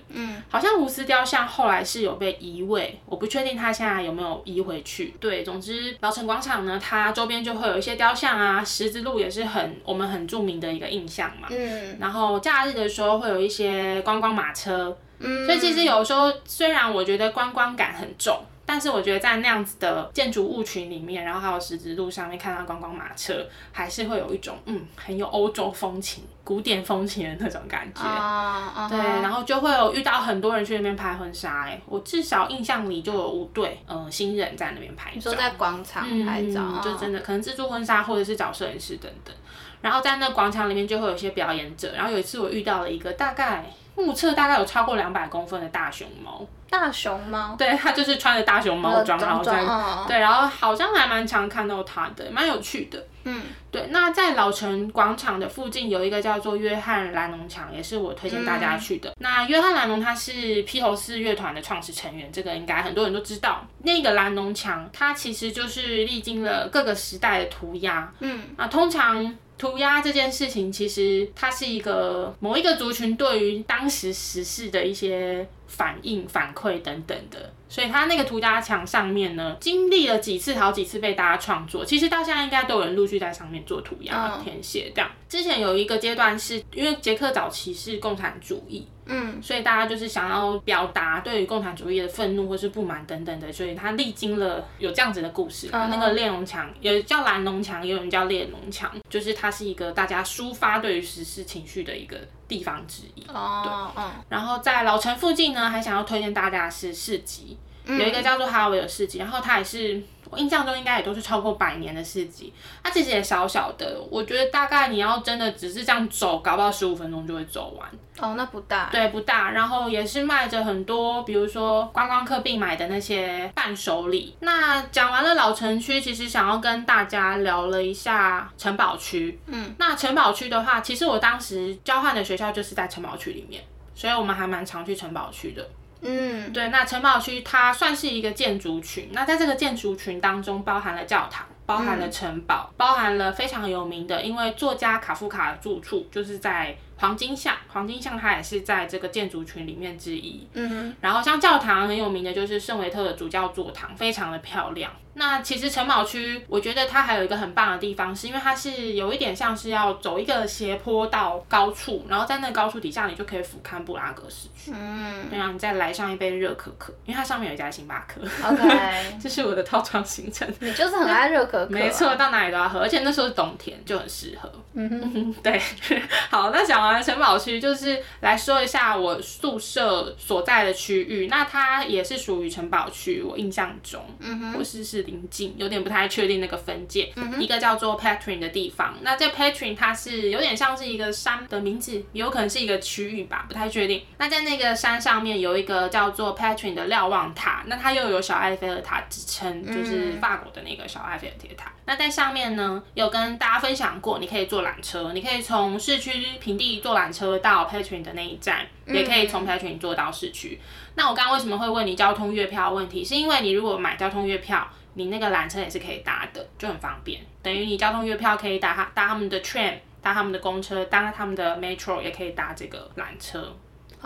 A: 好像胡斯雕像后来是有被移位，我不确定它现在有没有移回去。对，总之老城广场呢，它周边就会有一些雕像啊，十字路也是很我们很著名的一个印象嘛。
B: 嗯
A: 然后假日的时候会有一些观光马车，
B: 嗯，
A: 所以其实有时候虽然我觉得观光感很重，但是我觉得在那样子的建筑物群里面，然后还有十字路上面看到观光马车，还是会有一种嗯很有欧洲风情、古典风情的那种感觉。
B: 啊，
A: 对，然后就会有遇到很多人去那边拍婚纱、哎，我至少印象里就有五对，嗯、新人在那边拍
B: 你
A: 照
B: 说，在广场拍照，哦
A: 嗯，就真
B: 的，
A: 的可能自助婚纱或者是找摄影师等等。然后在那广场里面就会有一些表演者，然后有一次我遇到了一个大概目测大概有超过两百公分的大熊猫，
B: 大熊猫，
A: 对，它就是穿着大熊猫哦装，哦然后在
B: 装，
A: 对，然后好像还蛮常看到它的，蛮有趣的。
B: 嗯
A: 对，那在老城广场的附近有一个叫做约翰兰农场，也是我推荐大家去的。那约翰兰农他是披头士乐团的创始成员，这个应该很多人都知道。那个兰农墙，它其实就是历经了各个时代的涂鸦。
B: 嗯
A: 那通常涂鸦这件事情，其实它是一个某一个族群对于当时时事的一些反应、反馈等等的。所以它那个涂鸦墙上面呢，经历了几次、好几次被大家创作，其实到现在应该都有人陆续在上面做涂鸦、
B: 嗯
A: 填写这样。之前有一个阶段是因为捷克早期是共产主义，
B: 嗯
A: 所以大家就是想要表达对于共产主义的愤怒或是不满等等的，所以他历经了有这样子的故事。
B: 嗯
A: 那个列侬墙，有叫蓝侬墙，也有人叫列侬墙，就是它是一个大家抒发对于时事情绪的一个地方之一。
B: 哦哦，
A: 然后在老城附近呢，还想要推荐大家的是市集，
B: 嗯
A: 有一个叫做哈维尔市集，然后它也是我印象中应该也都是超过百年的市集，它其实也小小的，我觉得大概你要真的只是这样走，搞不好十五分钟就会走完。
B: 哦，那不大，
A: 对，不大，然后也是卖着很多，比如说观光客必买的那些伴手礼。那讲完了老城区，其实想要跟大家聊了一下城堡区。
B: 嗯，
A: 那城堡区的话，其实我当时交换的学校就是在城堡区里面，所以我们还蛮常去城堡区的。
B: 嗯
A: 对，那城堡区它算是一个建筑群，那在这个建筑群当中，包含了教堂，包
B: 嗯
A: 含了城堡，包含了非常有名的，因为作家卡夫卡的住处就是在黄金巷，黄金巷它也是在这个建筑群里面之一。
B: 嗯哼，
A: 然后像教堂很有名的就是圣维特的主教座堂，非常的漂亮。那其实城堡区，我觉得它还有一个很棒的地方，是因为它是有一点像是要走一个斜坡到高处，然后在那高处底下你就可以俯瞰布拉格市区。
B: 嗯
A: 对啊，你再来上一杯热可可，因为它上面有一家星巴克。
B: ，OK，
A: 这是我的套装行程，
B: 你就是很爱热可可，
A: 没，错，到哪里都要喝，而且那时候是冬天，就很适合。
B: 嗯哼，
A: 嗯， 对，好，那讲完城堡区，就是来说一下我宿舍所在的区域。那它也是属于城堡区，我印象中，
B: 嗯哼，嗯
A: 或是是临近，有点不太确定那个分界。一个叫做 Patrin 的地方，那这 Patrin 它是有点像是一个山的名字，也有可能是一个区域吧，不太确定。那在那个山上面有一个叫做 Patrin 的瞭望塔，那它又有小埃菲尔塔之称，就是
B: 嗯
A: 法国的那个小埃菲尔铁塔。那在上面呢，有跟大家分享过，你可以坐缆车，你可以从市区平地坐缆车到 Patrin 的那一站，也可以从 Patrin 坐到市区。那我刚刚为什么会问你交通月票的问题？是因为你如果买交通月票，你那个缆车也是可以搭的，就很方便。等于你交通月票可以搭他搭他们的 train，搭他们的公车，搭他们的 metro，也可以搭这个缆车，嗯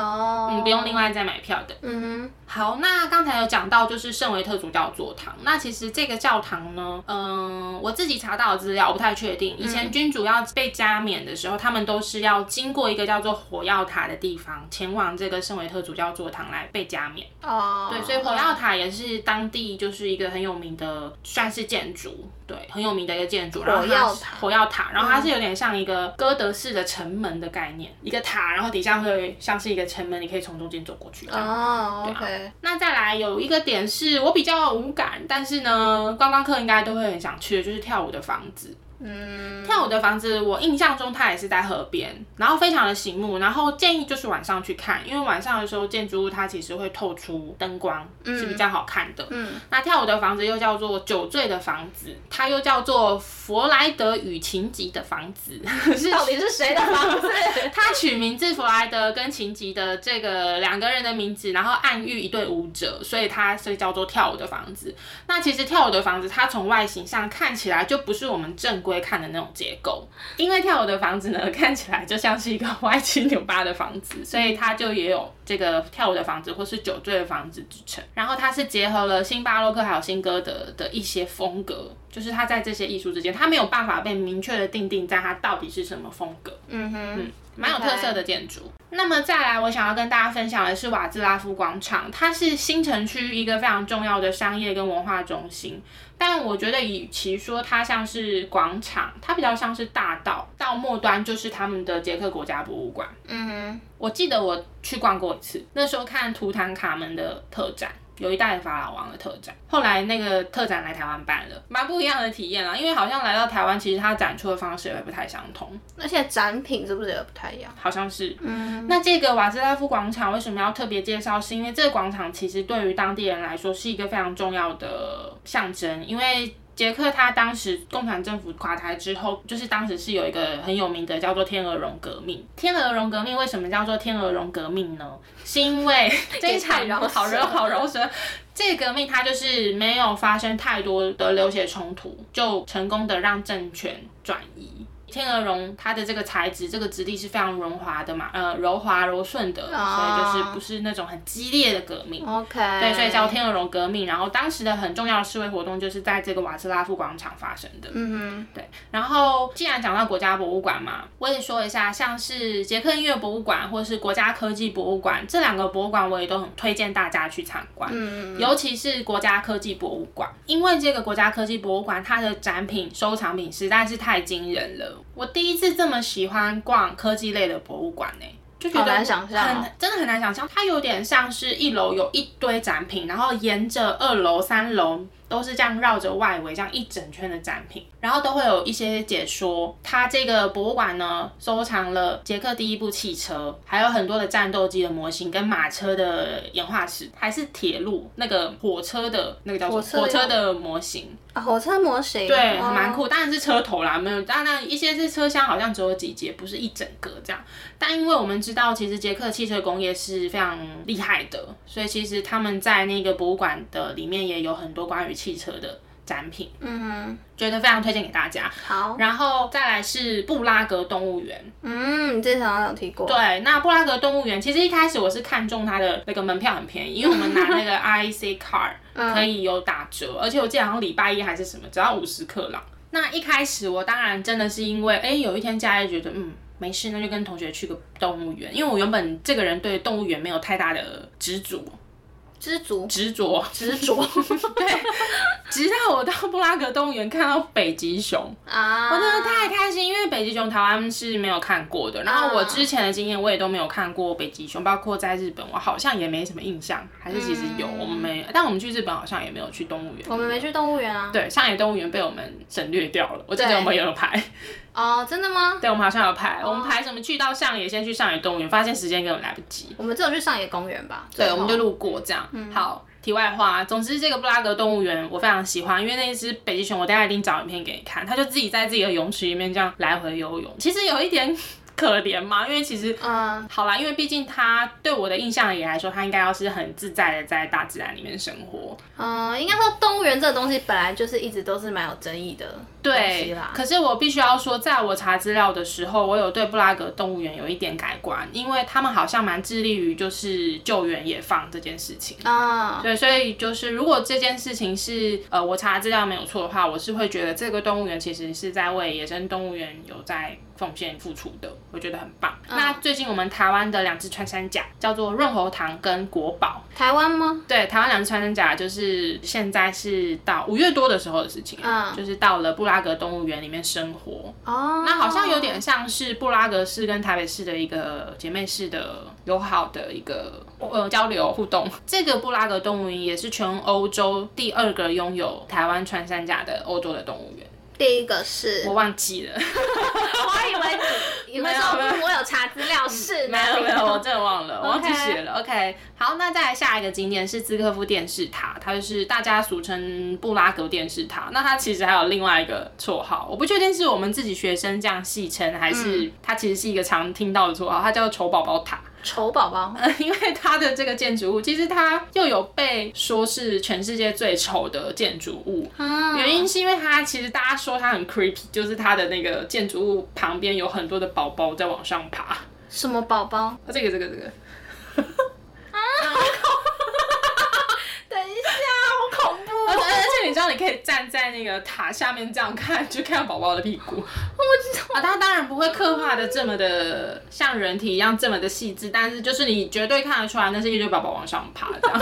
B: 哦，
A: 你不用另，外再买票的。
B: 嗯
A: 好，那刚才有讲到就是圣维特主教座堂，那其实这个教堂呢，嗯、我自己查到的资料，我不太确定。
B: 嗯
A: 以前君主要被加冕的时候，他们都是要经过一个叫做火药塔的地方，前往这个圣维特主教座堂来被加冕。
B: 哼，哦，
A: 对，所以火药塔也是当地就是一个很有名的，算是建筑，对，很有名的一个建筑。然后它
B: 火药
A: 是
B: 塔嗯
A: 火药塔，然后它是有点像一个哥德式的城门的概念，一个塔，然后底下会像是一个城门，你可以从中间走过去这样。
B: 哦，OK，
A: 那再来有一个点是我比较无感，但是呢，观光客应该都会很想去的，就是跳舞的房子。
B: 嗯，
A: 跳舞的房子，我印象中它也是在河边，然后非常的醒目，然后建议就是晚上去看，因为晚上的时候建筑物它其实会透出灯光，是比较好看的。
B: 嗯，
A: 那跳舞的房子又叫做酒醉的房子，它又叫做佛莱德与琴吉的房子，是
B: 到底是谁的房子？
A: 他取名字弗莱德跟秦吉的这个两个人的名字，然后暗喻一对舞者，所以它所以叫做跳舞的房子。那其实跳舞的房子，它从外形上看起来就不是我们正规看的那种结构，因为跳舞的房子呢看起来就像是一个歪七扭八的房子，所以它就也有这个跳舞的房子或是酒醉的房子之称。然后它是结合了新巴洛克还有新歌德的一些风格，就是它在这些艺术之间，它没有办法被明确的定定在它到底是什么风格。
B: 嗯哼，
A: 蛮有特色的建筑。那么再来，我想要跟大家分享的是瓦兹拉夫广场，它是新城区一个非常重要的商业跟文化中心。但我觉得，与其说它像是广场，它比较像是大道，到末端就是他们的捷克国家博物馆。
B: 嗯哼，
A: 我记得我去逛过一次，那时候看图坦卡门的特展，有一代法老王的特展。后来那个特展来台湾办了，蛮不一样的体验啦。啊因为好像来到台湾，其实它展出的方式也会不太相同，
B: 而且展品是不是也不太一样？
A: 好像是
B: 嗯，
A: 那这个瓦兹拉夫广场为什么要特别介绍？是因为这个广场其实对于当地人来说是一个非常重要的象征，因为。捷克它当时共产政府垮台之后，就是当时是有一个很有名的叫做天鹅绒革命。天鹅绒革命为什么叫做天鹅绒革命呢？是因为 这一场
B: 也太饶舌
A: 好热好 饶舌，这个革命它就是没有发生太多的流血冲突，就成功的让政权转移。天鹅绒它的这个材质，这个质地是非常润滑的嘛，呃，柔滑柔顺的，
B: 哦
A: 所以就是不是那种很激烈的革命。
B: OK，
A: 对，所以叫天鹅绒革命。然后当时的很重要的示威活动就是在这个瓦兹拉夫广场发生的。
B: 嗯
A: 对，然后既然讲到国家博物馆嘛，我也说一下，像是捷克音乐博物馆或是国家科技博物馆这两个博物馆，我也都很推荐大家去参观。
B: 嗯
A: 尤其是国家科技博物馆，因为这个国家科技博物馆它的展品收藏品实在是太惊人了。我第一次这么喜欢逛科技类的博物馆呢、就觉得
B: 好难想象哦
A: 很真的很难想象，它有点像是一楼有一堆展品，然后沿着二楼、三楼都是这样绕着外围这样一整圈的展品，然后都会有一些解说。它这个博物馆呢，收藏了捷克第一部汽车，还有很多的战斗机的模型跟马车的演化史，还是铁路那个火车的那个叫什么
B: 火车的
A: 火车的模型，
B: 啊，火车模型，
A: 对，
B: 哦
A: 蛮酷。当然是车头啦，没有，当然一些是车厢，好像只有几节，不是一整个这样。但因为我们知道，其实捷克汽车工业是非常厉害的，所以其实他们在那个博物馆的里面也有很多关于汽车的。展品，
B: 嗯
A: 觉得非常推荐给大家。
B: 哼，好，
A: 然后再来是布拉格动物园，
B: 嗯，你之前好像有提过，
A: 对，那布拉格动物园其实一开始我是看中它的那个门票很便宜，因为我们拿那个 IC card 可以有打折，而且我记得好像礼拜一还是什么，只要五十克朗。那一开始我当然真的是因为，哎、有一天假日觉得，嗯。没事，那就跟同学去个动物园，因为我原本这个人对动物园没有太大的执着，
B: 知足
A: 执着，
B: 执 着
A: 直到我到布拉格动物园看到北极熊，
B: 啊，
A: 我真的太开心，因为北极熊台湾是没有看过的，然
B: 嗯
A: 后我之前的经验我也都没有看过北极熊，包括在日本，我好像也没什么印象，还是其实有，我们没，但我们去日本好像也没有去动物园，
B: 嗯我们没去动物园啊，
A: 对上野动物园被我们省略掉了，我记得我们有排，
B: 哦，真的吗？
A: 对我们好像有排，我们排什么去到上野，先去上野动物园，发现时间根本来不及，
B: 我们只有去上野公园吧？
A: 对，
B: 最后
A: 我们就路过这样。
B: 嗯
A: 好，题外话，总之这个布拉格动物园我非常喜欢，因为那一只北极熊，我等一下一定找影片给你看，它就自己在自己的泳池里面这样来回游泳，其实有一点可怜嘛，因为其实。
B: 嗯，
A: 好啦，因为毕竟它对我的印象里来说，它应该要是很自在的在大自然里面生活。
B: 嗯，应该说动物园这个东西本来就是一直都是蛮有争议的东西
A: 对
B: 啦，。
A: 可是我必须要说，在我查资料的时候，我有对布拉格动物园有一点改观，因为他们好像蛮致力于就是救援野放这件事情。
B: 啊，
A: 对，所以就是如果这件事情是呃我查资料没有错的话，我是会觉得这个动物园其实是在为野生动物园有在奉献付出的，我觉得很棒。那最近我们台湾的两只穿山甲叫做润喉糖跟国宝，
B: 台湾吗？
A: 对，台湾两只穿山甲就是现在是到五月多的时候的事情，
B: 嗯
A: 就是到了布拉格动物园里面生活。
B: 哦，
A: 那好像有点像是布拉格市跟台北市的一个姐妹市的友好的一个呃交流互动。这个布拉格动物园也是全欧洲第二个拥有台湾穿山甲的欧洲的动物园，
B: 第一个是
A: 我忘记了，
B: 我还以为你你们说
A: 没有没
B: 我有查资料 是
A: 没
B: 哪
A: 有
B: 里
A: 没 有，我真的忘了，我忘记
B: OK
A: 写了。OK，好，那再来下一个景点是兹科夫电视塔，它就是大家俗称布拉格电视塔。那它其实还有另外一个绰号，我不确定是我们自己学生这样戏称，还是它其实是一个常听到的绰号，它叫丑宝宝塔。
B: 丑宝宝
A: 因为它的这个建筑物，其实它又有被说是全世界最丑的建筑物。
B: 啊，
A: 原因是因为它其实大家说它很 creepy，就是它的那个建筑物旁边有很多的宝宝在往上爬。啊
B: 什么宝宝？
A: 这个这个这个，
B: 等一下，好恐 怖！
A: 而且而且你知道，你可以站在那个塔下面这样看，就看到宝宝的屁股。
B: 我知道，
A: 啊，它当然不会刻画的这么的像人体一样这么的细致，但是就是你绝对看得出来，那是一堆宝宝往上爬这 样。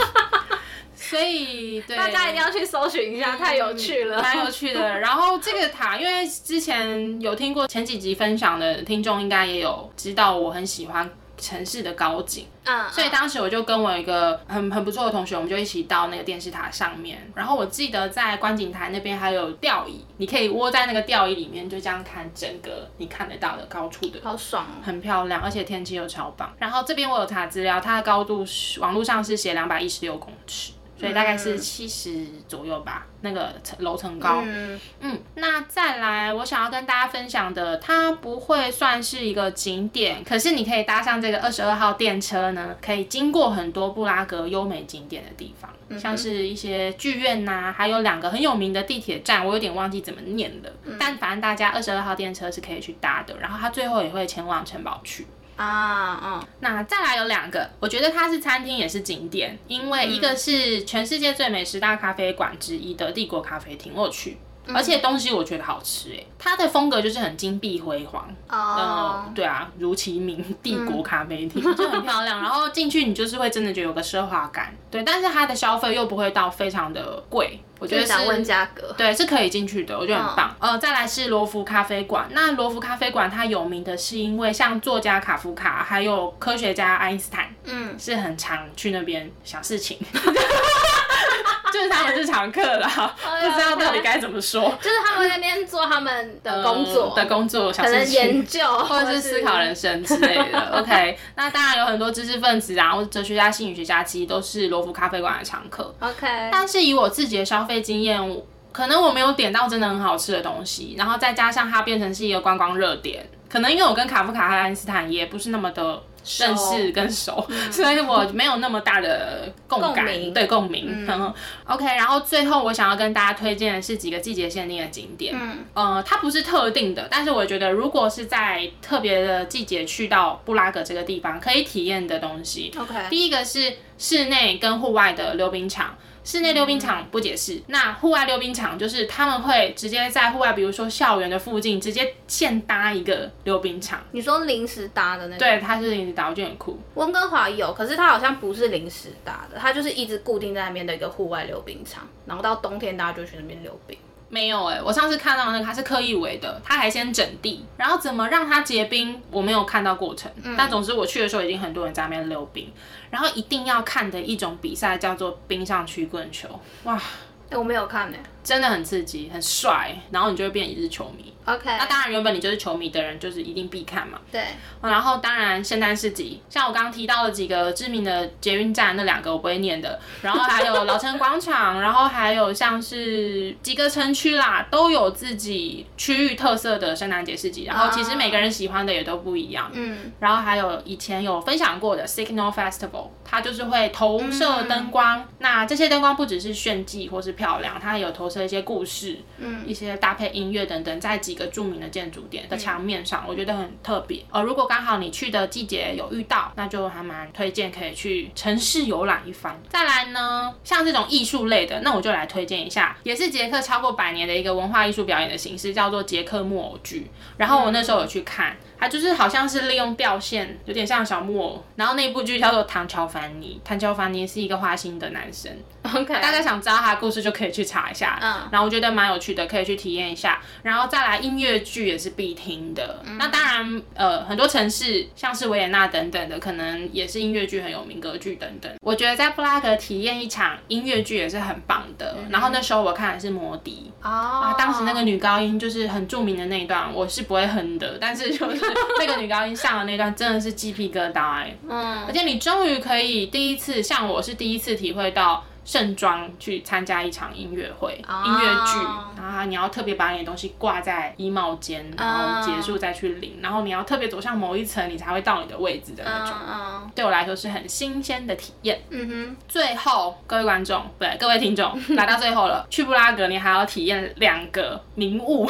A: 所以对
B: 大家一定要去搜寻一下，太有趣了，
A: 嗯蛮有趣的。然后这个塔，因为之前有听过前几集分享的听众，应该也有知道我很喜欢城市的高景，
B: 嗯，
A: 所以当时我就跟我一个很很不错的同学，我们就一起到那个电视塔上面。然后我记得在观景台那边还有吊椅，你可以窝在那个吊椅里面，就这样看整个你看得到的高处的
B: 好爽哦。
A: 很漂亮，而且天气又超棒。然后这边我有查资料，它的高度是网络上是写两百一十六公尺，所以大概是七十左右吧，那个层楼层高。
B: 嗯，
A: 嗯，那再来，我想要跟大家分享的，它不会算是一个景点，可是你可以搭上这个二十二号电车呢，可以经过很多布拉格优美景点的地方，像是一些剧院呐、还有两个很有名的地铁站，我有点忘记怎么念了，但反正大家二十二号电车是可以去搭的，然后它最后也会前往城堡去。
B: 啊，嗯，
A: 那再来有两个，我觉得它是餐厅也是景点，因为一个是全世界最美十大咖啡馆之一的帝国咖啡厅，我有去，
B: 嗯
A: 而且东西我觉得好吃诶、欸它的风格就是很金碧辉煌。
B: 哦嗯
A: 呃，，对啊，如其名，帝国咖啡厅、就很漂 亮。然后进去你就是会真的觉得有个奢华感，对，但是它的消费又不会到非常的贵，我觉
B: 就
A: 得
B: 想
A: 是
B: 问价格，
A: 对，是可以进去的，我觉得很棒。
B: 嗯
A: 呃，再来是罗浮咖啡馆。那罗浮咖啡馆它有名的是因为像作家卡夫卡，还有科学家爱因斯坦
B: 嗯，
A: 是很常去那边想事情， 就是他们是常客啦，
B: 哎
A: 不知道到底该怎么说。
B: 就是他们在那边做他们的工作，
A: 呃的工作，小
B: 可能
A: 事情。
B: 研究
A: 或者是思考人生之类 的。OK，那当然有很多知识分子啊，或者哲学家、心理学家，其实都是罗浮咖啡馆的常客。
B: ，OK，
A: 但是以我自己的消费经验，我可能我没有点到真的很好吃的东西，然后再加上它变成是一个观光热点，可能因为我跟卡夫卡和爱因斯坦也不是那么的认识跟熟，所以我没有那么大的共感，
B: 共鸣
A: 对共鸣。嗯 OK，然后最后我想要跟大家推荐的是几个季节限定的景点。嗯，呃，它不是特定的，但是我觉得如果是在特别的季节去到布拉格这个地方，可以体验的东西。
C: OK，
A: 第一个是室内跟户外的溜冰场。室内溜冰场不解释，那户外溜冰场就是他们会直接在户外，比如说校园的附近，直接现搭一个溜冰场。
B: 你说临时搭的那种，
A: 对，它是引导，我觉得很酷。
B: 温哥华有，可是它好像不是临时搭的，它就是一直固定在那边的一个户外溜冰场，然后到冬天大家就去那边溜冰。
A: 没有哎、我上次看到那个他是刻意围的，他还先整地，然后怎么让它结冰，我没有看到过程。但总之我去的时候已经很多人在那边溜冰，然后一定要看的一种比赛叫做冰上曲棍球，哇，
B: 哎、我没有看呢、
A: 真的很刺激，很帅，然后你就会变一日球迷。
B: OK，
A: 那当然，原本你就是球迷的人，就是一定必看嘛。
B: 对，
A: 然后当然圣诞市集，像我刚刚提到的几个知名的捷运站，那两个我不会念的，然后还有老城广场， 然后还有像是几个城区啦，都有自己区域特色的圣诞节市集，然后其实每个人喜欢的也都不一样。
B: 嗯，
A: 然后还有以前有分享过的 Signal Festival，它就是会投射灯光。那这些灯光不只是炫技或是漂亮，它还有投射一些故事，嗯，一些搭配音乐等等，在几个著名的建筑点的墙面上，我觉得很特别。呃，如果刚好你去的季节有遇到，那就还蛮推荐可以去城市游览一番。再来呢，像这种艺术类的，那我就来推荐一下，也是捷克超过百年的一个文化艺术表演的形式，叫做捷克木偶剧。然后我那时候有去看，它就是好像是利用吊线，有点像小木偶。然后那部剧叫做《唐乔凡尼》，唐乔凡尼是一个花心的男生。
B: OK，
A: 大家想知道他的故事就可以去查一下，
B: 嗯
A: 然后我觉得蛮有趣的，可以去体验一下。然后再来音乐剧也是必听的，
B: 嗯
A: 那当然呃很多城市像是维也纳等等的，可能也是音乐剧很有名，歌剧等等。我觉得在布拉格体验一场音乐剧也是很棒的。然后那时候我看的是魔笛，
B: 嗯哦、
A: 啊，当时那个女高音就是很著名的那一段，我是不会哼的，但是 就是那个女高音上的那段真的是鸡皮疙瘩哎、而
B: 嗯，
A: 且你终于可以第一次，像我是第一次体会到盛装去参加一场音乐会、
B: 哦
A: 音乐剧，然后你要特别把你的东西挂在衣帽间，然后结束再去领，然后你要特别走上某一层，你才会到你的位置的那种。
B: 嗯
A: 对我来说是很新鲜的体验。
B: 嗯哼，
A: 最后，各位观 众，不对，各位听众，来到最后了，去布拉格你还要体验两个名物，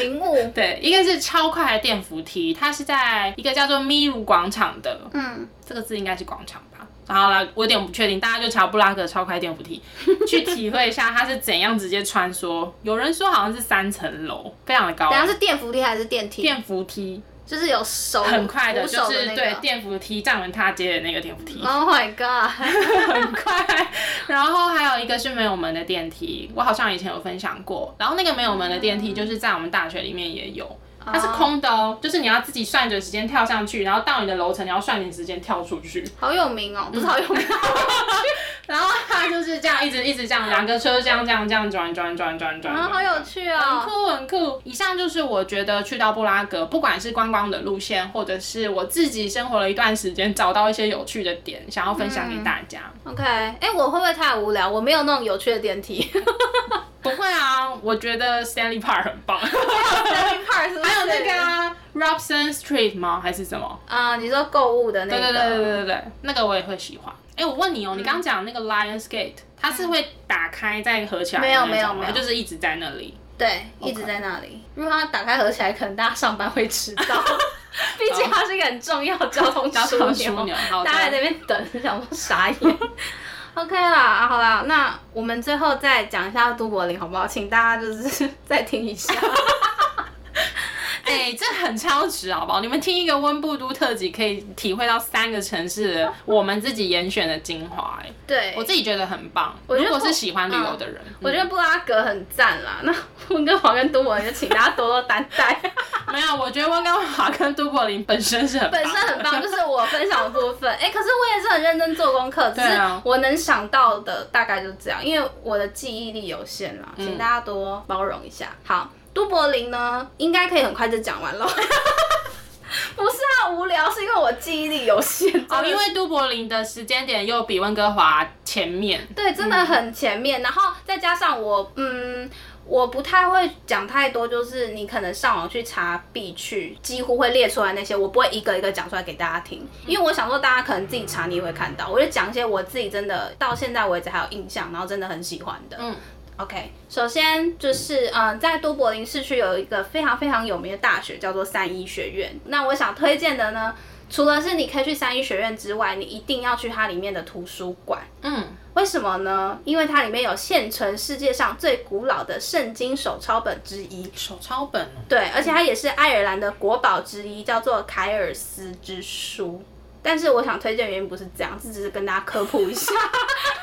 B: 领悟，
A: 对，一个是超快的电扶梯，它是在一个叫做咪卢广场的，
B: 嗯，
A: 这个字应该是广场吧。好啦，我有点不确定，大家就查布拉格超快电扶 梯，去体会一下它是怎样直接穿梭。有人说好像是三层楼，非常的高。
B: 等一下是电扶梯还是电梯？
A: 电扶梯
B: 就是有手
A: 很快的，
B: 扶
A: 就
B: 手
A: 是
B: 那
A: 对
B: 个。
A: 电扶梯站稳踏阶的那个电扶梯，
B: Oh my god！
A: 很快。然后还有一个是没有门的电梯，我好像以前有分享过。然后那个没有门的电梯就是在我们大学里面也有，它是空的哦，就是你要自己算准时间跳上去，然后到你的楼层你要算准时间跳出去。
B: 好有名哦，不是好有名，
A: 然后他就是这样一直一直这样，两个车这样这样这样转转转转转，
B: 啊， 好有趣
A: 嗯很
B: 哦。
A: 酷很酷。以上就是我觉得去到布拉格，不管是观光的路线，或者是我自己生活了一段时间，找到一些有趣的点，想要分享给大家。
B: OK，哎、我会不会太无聊？我没有那种有趣的电梯。
A: 不会啊，我觉得 Stanley Park 很棒，
B: 还
A: 还有
B: 有
A: 那个、啊、Robson Street 吗？还是什么？
B: 啊，你说购物的那
A: 对
B: 个，
A: 对对对对对，那个我也会喜欢。哎、我问你哦，你刚刚讲那个 Lions Gate，它是会打开再合起来的
B: 没有
A: 那种
B: 没有
A: 吗
B: 没有
A: 就是一直在那里。
B: 对一直在那里。如果它打开合起来，可能大家上班会迟 到，毕竟它是一个很重要的交通
A: 交通枢
B: 枢
A: 纽
B: 纽，
A: 好的
B: 大家在那边等，想说傻 眼。OK 啦，好啦，那我们最后再讲一下都柏林好不好？请大家就是 再听 一下。
A: 哎、这很超值，好不好？你们听一个温布都特辑，可以体会到三个城市 的我们自己严选的精华、哎，
B: 对，
A: 我自己觉得很棒。
B: 觉
A: 如
B: 得嗯
A: 果
B: 不
A: 是喜欢旅游的人，
B: 我觉得布拉格很赞啦。那温哥华跟都柏林就请大家多多担待。
A: 得没有，我觉得温哥华跟都柏林本身是很
B: 本身很棒，就是我分享的部分。哎、可是我也是很认真做功课，只
A: 对
B: 是
A: 啊
B: 我能想到的大概就是这样，因为我的记忆力有限啦，
A: 嗯
B: 请大家多包容一下。好，都柏林呢，应该可以很快就讲完了。 不是啊，无聊是因为我记忆力有限。
A: 哦，
B: 真的
A: 因为都柏林的时间点又比温哥华前面。
B: 对，真的很前面，然后再加上我，嗯，我不太会讲太多，就是你可能上网去查必去，几乎会列出来那些，我不会一个一个讲出来给大家听，因为我想说大家可能自己查你也会看到，我就讲一些我自己真的到现在为止还有印象，然后真的很喜欢的。嗯。OK，首先就是嗯、呃在都柏林市区有一个非常非常有名的大学，叫做三一学院。那我想推荐的呢，除了是你可以去三一学院之外，你一定要去它里面的图书馆。
A: 嗯，
B: 为什么呢？因为它里面有现存世界上最古老的圣经手抄本之一，
A: 手抄本哦，
B: 对，而且它也是爱尔兰的国宝之一，叫做凯尔斯之书。但是我想推荐的原因不是这样，这只是跟大家科普一下。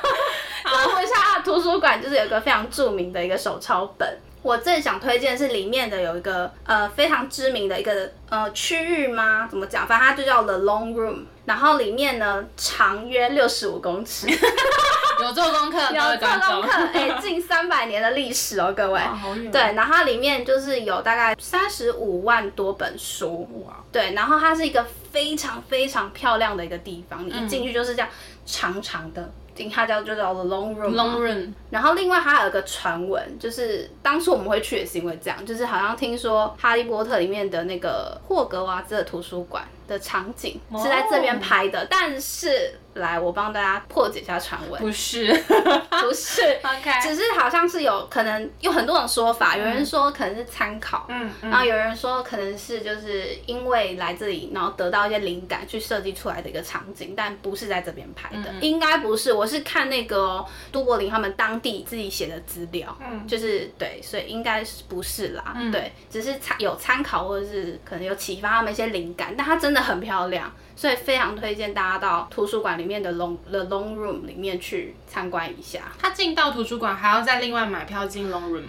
B: 科普一下，它的图书馆就是有一个非常著名的一个手抄本。我最想推荐是里面的有一个呃非常知名的一个呃区域吗？怎么讲？反正它就叫 The Long Room。然后里面呢，长约六十五公尺，
A: 哦有做功课，各
B: 有
A: 位
B: 做
A: 观
B: 功
A: 众
B: 课， 哎、近三百年的历史哦，各位。
A: 哇好远
B: 对，然后它里面就是有大概三十五万多本书，
A: 哇，
B: 对，然后它是一个非常非常漂亮的一个地方，你一进
A: 嗯
B: 去就是这样长长的，它叫就叫 The Long Room 嘛
A: Long Run，
B: 然后另外还有一个传闻，就是当初我们会去也是因为这样，就是好像听说《哈利波特》里面的那个霍格瓦兹的图书馆的场景
A: 哦
B: 是在这边拍的，但是来我帮大家破解一下传 闻，
A: 不是
B: 不是。
A: ，OK，
B: 只是好像是有可能有很多种说法，有人说可能是参考，
A: 嗯嗯
B: 然后有人说可能是就是因为来这里，然后得到一些灵感去设计出来的一个场景，但不是在这边拍的，
A: 嗯
B: 应该不是。我是看那个哦都柏林他们当地自己写的资料，
A: 嗯
B: 就是对，所以应该是不是啦，
A: 嗯
B: 对，只是参有参考或者是可能有启发他们一些灵感，但它真的很漂亮。所以非常推荐大家到图书馆里面的 long the long room 里面去参观一下。
A: 他进到图书馆还要再另外买票进 Long Run 吗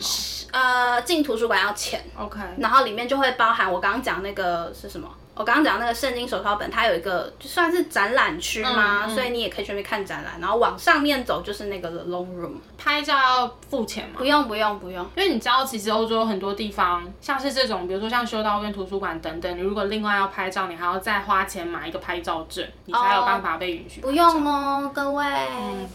B: 呃，进图书馆要钱，
A: ？OK，
B: 然后里面就会包含我刚刚讲那个是什么？我刚刚讲那个圣经手抄本，它有一个就算是展览区嘛，
A: 嗯嗯
B: 所以你也可以去那边看展览。然后往上面走就是那个 The Long Room，
A: 拍照要付钱吗
B: 不？用不用不用，
A: 因为你知道，其实欧洲很多地方，像是这种，比如说像修道院、图书馆等等，你如果另外要拍照，你还要再花钱买一个拍照证，你才有办法被允许拍照。
B: 不用哦，各位、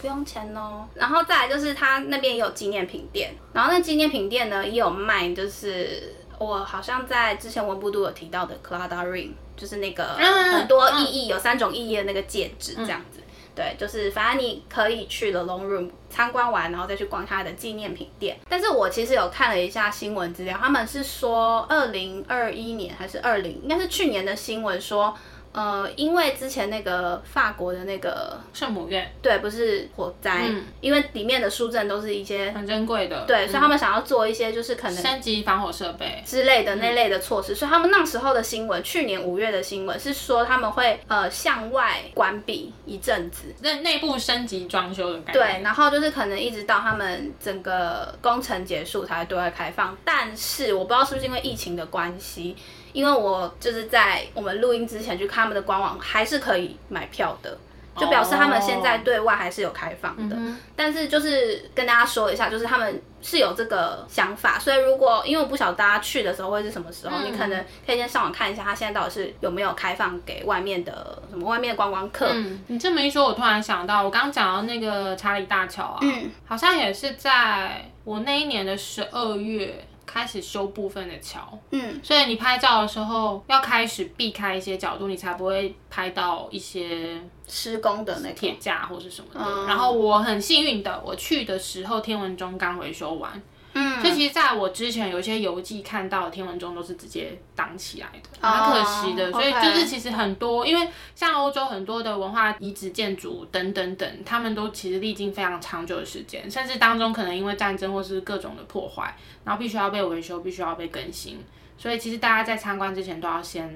B: 不用钱哦。然后再来就是它那边也有纪念品店，然后那纪念品店呢也有卖，就是我好像在之前文部都有提到的 Clara Ring，就是那个
A: 嗯
B: 很多意义、有三种意义的那个戒指这样子。对，就是反正你可以去了 Long Room 参观完，然后再去逛它的纪念品店。但是我其实有看了一下新闻资料，他们是说二零二一年还是二零，应该是去年的新闻说，呃，因为之前那个法国的那个
A: 圣母院
B: 对，不是火灾，
A: 嗯
B: 因为里面的书证都是一些
A: 很珍贵的，
B: 对，
A: 嗯
B: 所以他们想要做一些就是可能
A: 升级防火设备，
B: 之类的那类的措施，所以他们那时候的新闻，去年五月的新闻是说他们会呃向外关闭一阵子。
A: 内内部升级装修的感觉。
B: 对，然后就是可能一直到他们整个工程结束才会对外开放，但是我不知道是不是因为疫情的关系，因为我就是在我们录音之前去看他们的官网，还是可以买票的，就表示他们现在
A: 哦
B: 对外还是有开放的。
A: 嗯
B: 但是就是跟大家说一下，就是他们是有这个想法，所以如果因为我不晓得大家去的时候会是什么时候，
A: 嗯
B: 你可能可以先上网看一下，他现在到底是有没有开放给外面的什么外面的观光客。
A: 嗯，你这么一说，我突然想到，我刚刚讲到那个查理大桥啊，
B: 嗯
A: 好像也是在我那一年的十二月开始修部分的桥，
B: 嗯
A: 所以你拍照的时候要开始避开一些角度，你才不会拍到一些
B: 施工的那个
A: 铁架或是什么的。
B: 嗯
A: 然后我很幸运的，我去的时候天文钟刚维修完，
B: 嗯
A: 所以其实在我之前有一些游记看到的天文钟都是直接挡起来的，蛮可惜的。所以就是其实很多，因为像欧洲很多的文化遗址建筑等等等，他们都其实历经非常长久的时间，甚至当中可能因为战争或是各种的破坏，然后必须要被维修，必须要被更新。所以其实大家在参观之前都要先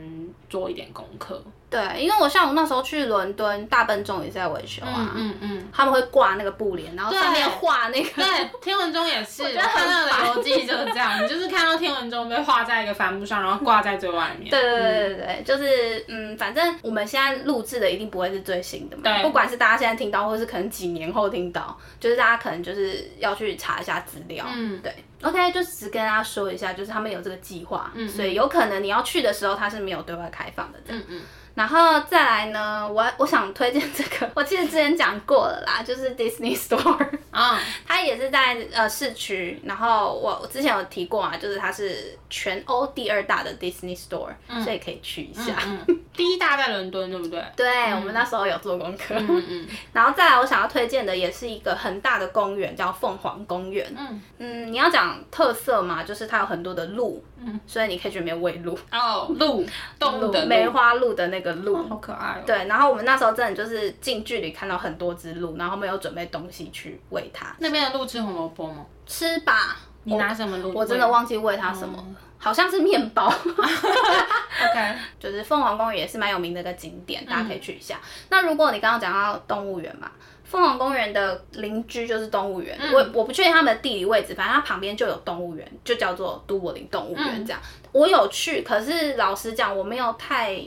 A: 做一点功课。
B: 对，因为我像我那时候去伦敦，大笨钟也是在维修啊，
A: 嗯嗯。
B: 他们会挂那个布帘，然后上面画 那个，
A: 对，天文钟也是，我
B: 得很
A: 看到的游记就是这样，你就是看到天文钟被画在一个帆布上，然后挂在最外面。
B: 对对对对对，就是嗯，反正我们现在录制的一定不会是最新的嘛，
A: 对
B: 不管是大家现在听到，或是可能几年后听到，就是大家可能就是要去查一下资料。
A: 嗯
B: 对。OK，就只跟大家说一下，就是他们有这个计划，
A: 嗯
B: 所以有可能你要去的时候，它是没有对外开放的这样。
A: 嗯嗯。
B: 然后再来呢，我我想推荐这个，我记得之前讲过了啦，就是 Disney Store，
A: 啊，
B: 它也是在呃市区。然后我我之前有提过啊，就是它是全欧第二大的 Disney Store，、所以可以去一下。
A: 嗯，第一大在伦敦，对不对？
B: 对、我们那时候有做功课，
A: 嗯嗯
B: 然后再来我想要推荐的也是一个很大的公园，叫凤凰公园。
A: 嗯，
B: 嗯，你要讲特色嘛，就是它有很多的路，
A: 嗯
B: 所以你可以去里面喂鹿，
A: 哦，鹿，动物的
B: 梅
A: 鹿，
B: 花鹿的那个鹿。
A: 好可爱哦。
B: 对，然后我们那时候真的就是近距离看到很多只鹿，然后没有准备东西去喂它
A: 那边的鹿吃红萝卜吗？
B: 吃吧。
A: 你拿什么鹿？
B: 我真的忘记喂它什么了，好像是面包。
A: OK，
B: 就是凤凰公园也是蛮有名的一个景点，大家可以去一下。那如果你刚刚讲到动物园嘛，凤凰公园的邻居就是动物园，我我不确定他们的地理位置，反正它旁边就有动物园，就叫做都柏林动物园这样。我有去，可是老实讲，我没有太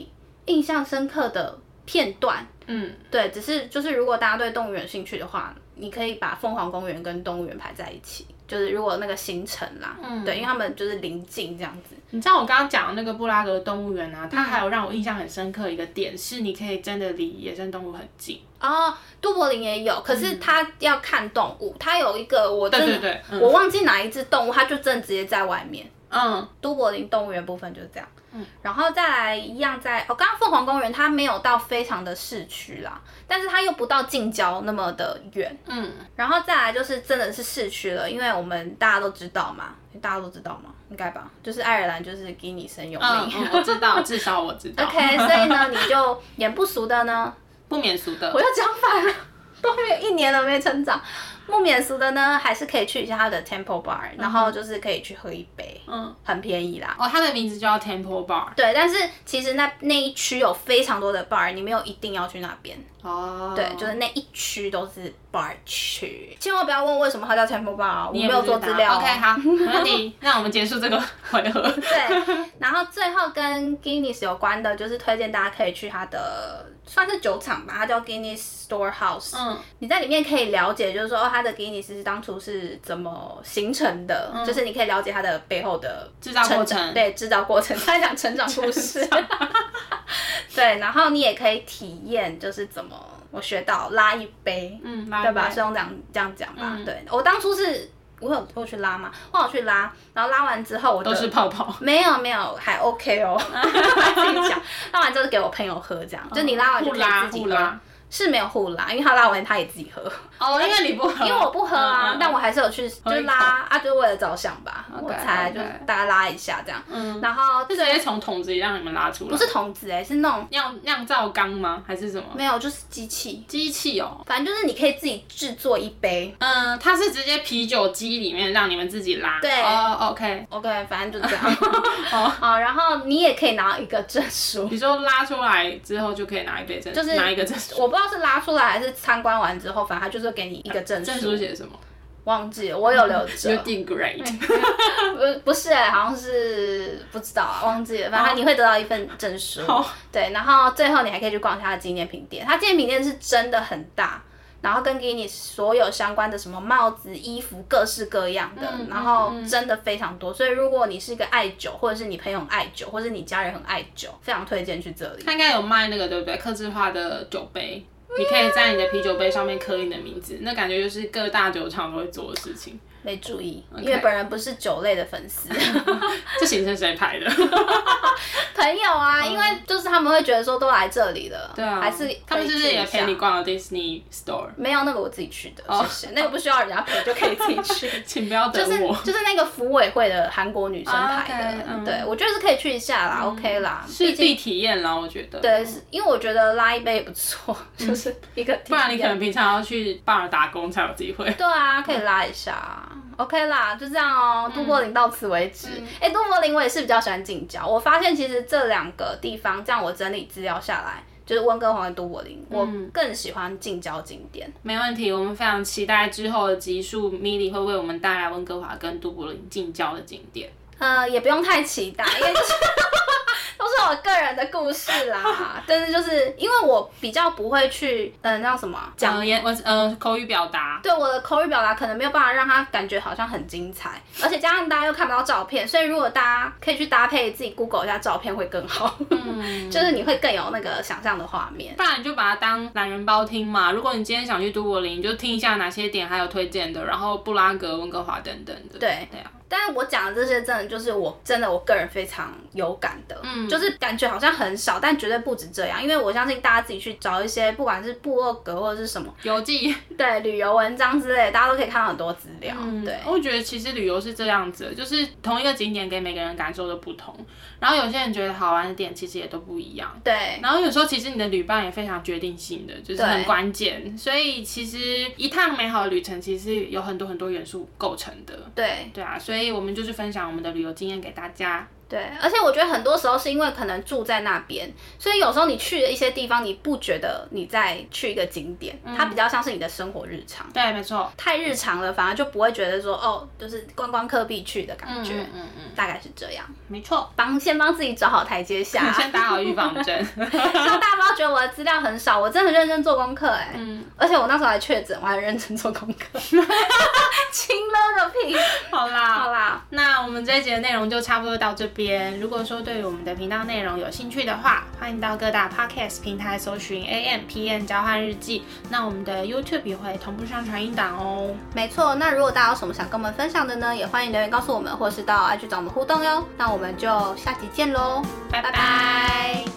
B: 印象深刻的片段。
A: 嗯，
B: 对，只是就是如果大家对动物园有兴趣的话，你可以把凤凰公园跟动物园排在一起，就是如果那个行程啦，
A: 嗯
B: 对，因为他们就是临近这样子。
A: 你知道我刚刚讲的那个布拉格动物园啊，它还有让我印象很深刻一个点是，你可以真的离野生动物很近。
B: 哦，杜柏林也有，可是他要看动物，他有一个我真的
A: 嗯对对对嗯
B: 我忘记哪一只动物，他就真的直接在外面。
A: 嗯，
B: 都柏林动物园部分就是这样，嗯，然后再来一样在哦，刚刚凤凰公园它没有到非常的市区啦，但是它又不到近郊那么的远，
A: 嗯，
B: 然后再来就是真的是市区了，因为我们大家都知道嘛，大家都知道嘛，应该吧，就是爱尔兰就是给你生有名、
A: 嗯嗯，我知道，至少我知道。
B: o k 所以呢，你就眼不熟的呢，
A: 不免俗的
B: 我。要讲反了，都没有一年了没成长。木免俗的呢，还是可以去一下它的 Temple Bar，然后就是可以去喝一杯，
A: 嗯，
B: 很便宜啦。
A: 哦，它的名字叫 Temple Bar。
B: 对，但是其实那那一区有非常多的 bar，你没有一定要去那边。
A: 哦，
B: 对，就是那一区都是 bar 区，千万不要问为什么它叫 Temple Bar，啊我
A: 你也
B: 没
A: 不
B: 有
A: 知道
B: 做资料哦。
A: OK，好， 没问题。那我们结束这个回合。
B: 对，然后最后跟 Guinness 有关的，就是推荐大家可以去它的算是酒厂吧，它叫 Guinness Storehouse。
A: 嗯，
B: 你在里面可以了解，就是说哦，它的 Guinness 是当初是怎么形成的，就是你可以了解它的背后的
A: 嗯制造过
B: 成
A: 程。
B: 对，制造 过程，它讲成长故事。 对，然后你也可以体验，就是怎么我学到拉一杯，
A: 嗯，拉
B: 对吧？
A: 一
B: 是
A: 杯
B: 用这样这样讲吧？
A: 嗯
B: 对，我当初是我有我有去拉嘛，我有去拉，然后拉完之后我的
A: 都是泡泡。
B: 没有没有，还 OK 哦。自己讲，拉完之后给我朋友喝，这样、就你拉完就
A: 不
B: 可以
A: 拉
B: 自己
A: 不
B: 喝
A: 拉。
B: 是没有互拉，因为他拉完他也自己喝，
A: 哦，因为你不喝，
B: 因为我不喝啊，
A: 嗯嗯
B: 但我还是有去就
A: 喝一口
B: 拉啊，就是为了着想吧，我猜
A: OK，OK
B: 就是大家拉一下这样，
A: 嗯，
B: 然后
A: 是直接从桶子里让你们拉出来，
B: 不是桶子哎、是那种
A: 酿酿造缸吗？还是什么
B: 没有就是机器，
A: 机器哦？
B: 反正就是你可以自己制作一杯
A: 嗯，它是直接啤酒机里面让你们自己拉。
B: 对
A: 哦，OK，
B: ，OK，反正就 这样，哦，然后你也可以拿到一个证书，
A: 你说拉出来之后就可以拿一杯证，
B: 就是
A: 拿一个证书。
B: 我不知道是拉出来还是参观完之后，反正他就是给你一个证
A: 证书写什么
B: 忘记了，我有留着
A: ？You，did great。
B: 不不是、欸，好像是不知道啊，忘记了。反正你会得到一份证书
A: 好，
B: 对，然后最后你还可以去逛一下它的纪念品店，它纪念品店是真的很大，然后跟给你所有相关的什么帽子、衣服，各式各样的，
A: 嗯
B: 然后
A: 嗯嗯
B: 真的非常多。所以如果你是一个爱酒，或者是你朋友很爱酒，或者是你家人很爱酒，非常推荐去这里。
A: 它应该有卖那个对不对？刻字化的酒杯。你可以在你的啤酒杯上面刻你的名字，那感觉就是各大酒厂都会做的事情。
B: 没注意因为本人不是酒类的粉 丝。
A: 这行程谁排的？
B: 朋友啊，因为就是他们会觉得说都来这里了，
A: 对啊，
B: 还是
A: 他们是不是也陪
B: 可以去一
A: 你
B: 下
A: 逛了 Disney Store？。
B: 没有那个我自己去的，谢谢。那个不需要人家陪就可以自己去
A: 请不要
B: 就
A: 等
B: 是
A: 我。
B: 就是那个服委会的韩国女生
A: 啊
B: 排的
A: OK，嗯
B: 对我觉得是可以去一下啦、o k 啦，
A: 是
B: 毕
A: 地
B: 竟
A: 体验啦，我觉得。
B: 对，是因为我觉得拉一杯也不错，
A: 嗯
B: 就是一个
A: 不
B: 不
A: 然你可 能平常要去 bar 打工才有机会。
B: 对啊，可以拉一下、OK 啦，就这样哦、
A: 嗯
B: 杜柏林到此为止。哎、杜柏林我也是比较喜欢近郊。我发现其实这两个地方，这样我整理资料下来，就是温哥华跟都柏林，我
A: 嗯
B: 更喜欢近郊景点。
A: 没问题，我们非常期待之后的集数，米莉会为我们带来温哥华跟都柏林近郊的景点。
B: 呃，也不用太期待，因为就是 都是我个人的故事 啦，但是就是因为我比较不会去，嗯、那叫什么啊讲
A: 讲言我呃口语表达，
B: 对我的口语表达可能没有办法让他感觉好像很精彩，而且加上大家又看不到照片，所以如果大家可以去搭配自己 Google 一下照片会更好，就是你会更有那个想象的画面。
A: 不然你就把它当懒人包听嘛。如果你今天想去都柏林，你就听一下哪些点还有推荐的，然后布拉格、温哥华等等的。
B: 对
A: 对啊，
B: 但是我讲的这些真的就是我真的我个人非常有感的，嗯，就是感觉好像很少，但绝对不止这样，因为我相信大家自己去找一些不管是部落格或者是什么，
A: 游记。
B: 对旅游文章之类，大家都可以看到很多资料，对。
A: 嗯我觉得其实旅游是这样子的，就是同一个景点给每个人感受都不同，然后有些人觉得好玩的点其实也都不一样。
B: 对，
A: 然后有时候其实你的旅伴也非常决定性的，就是很
B: 对
A: 关键，所以其实一趟美好的旅程其实有很多很多元素构成的。
B: 对
A: 对啊，所以我们就是分享我们的旅游经验给大家。
B: 对，而且我觉得很多时候是因为可能住在那边，所以有时候你去了一些地方，你不觉得你在去一个景点，它比较像是你的生活日常。
A: 对，没错。
B: 太日常了，反而就不会觉得说哦，就是观光客必去的感觉，
A: 嗯嗯嗯，
B: 大概是这样。
A: 没错。
B: 帮先帮自己找好台阶 下，
A: 先打好预防 针。
B: 像大家不要觉得我的资料很少，我真的很认真做功课哎、而且我那时候还确诊，我还认真做功 课，轻了个屁！
A: 好啦，
B: 好啦，
A: 那我们这一集的内容就差不多到这边。如果说对于我们的频道内容有兴趣的话，欢迎到各大 podcast 平台搜寻 AM PM 交换日记。那我们的 YouTube 也会同步上传音档哦。
B: 没错，那如果大家有什么想跟我们分享的呢，也欢迎留言告诉我们，或是到 IG 找我们互动哟。那我们就下集见喽，
A: 拜
B: 拜
A: 拜
B: 拜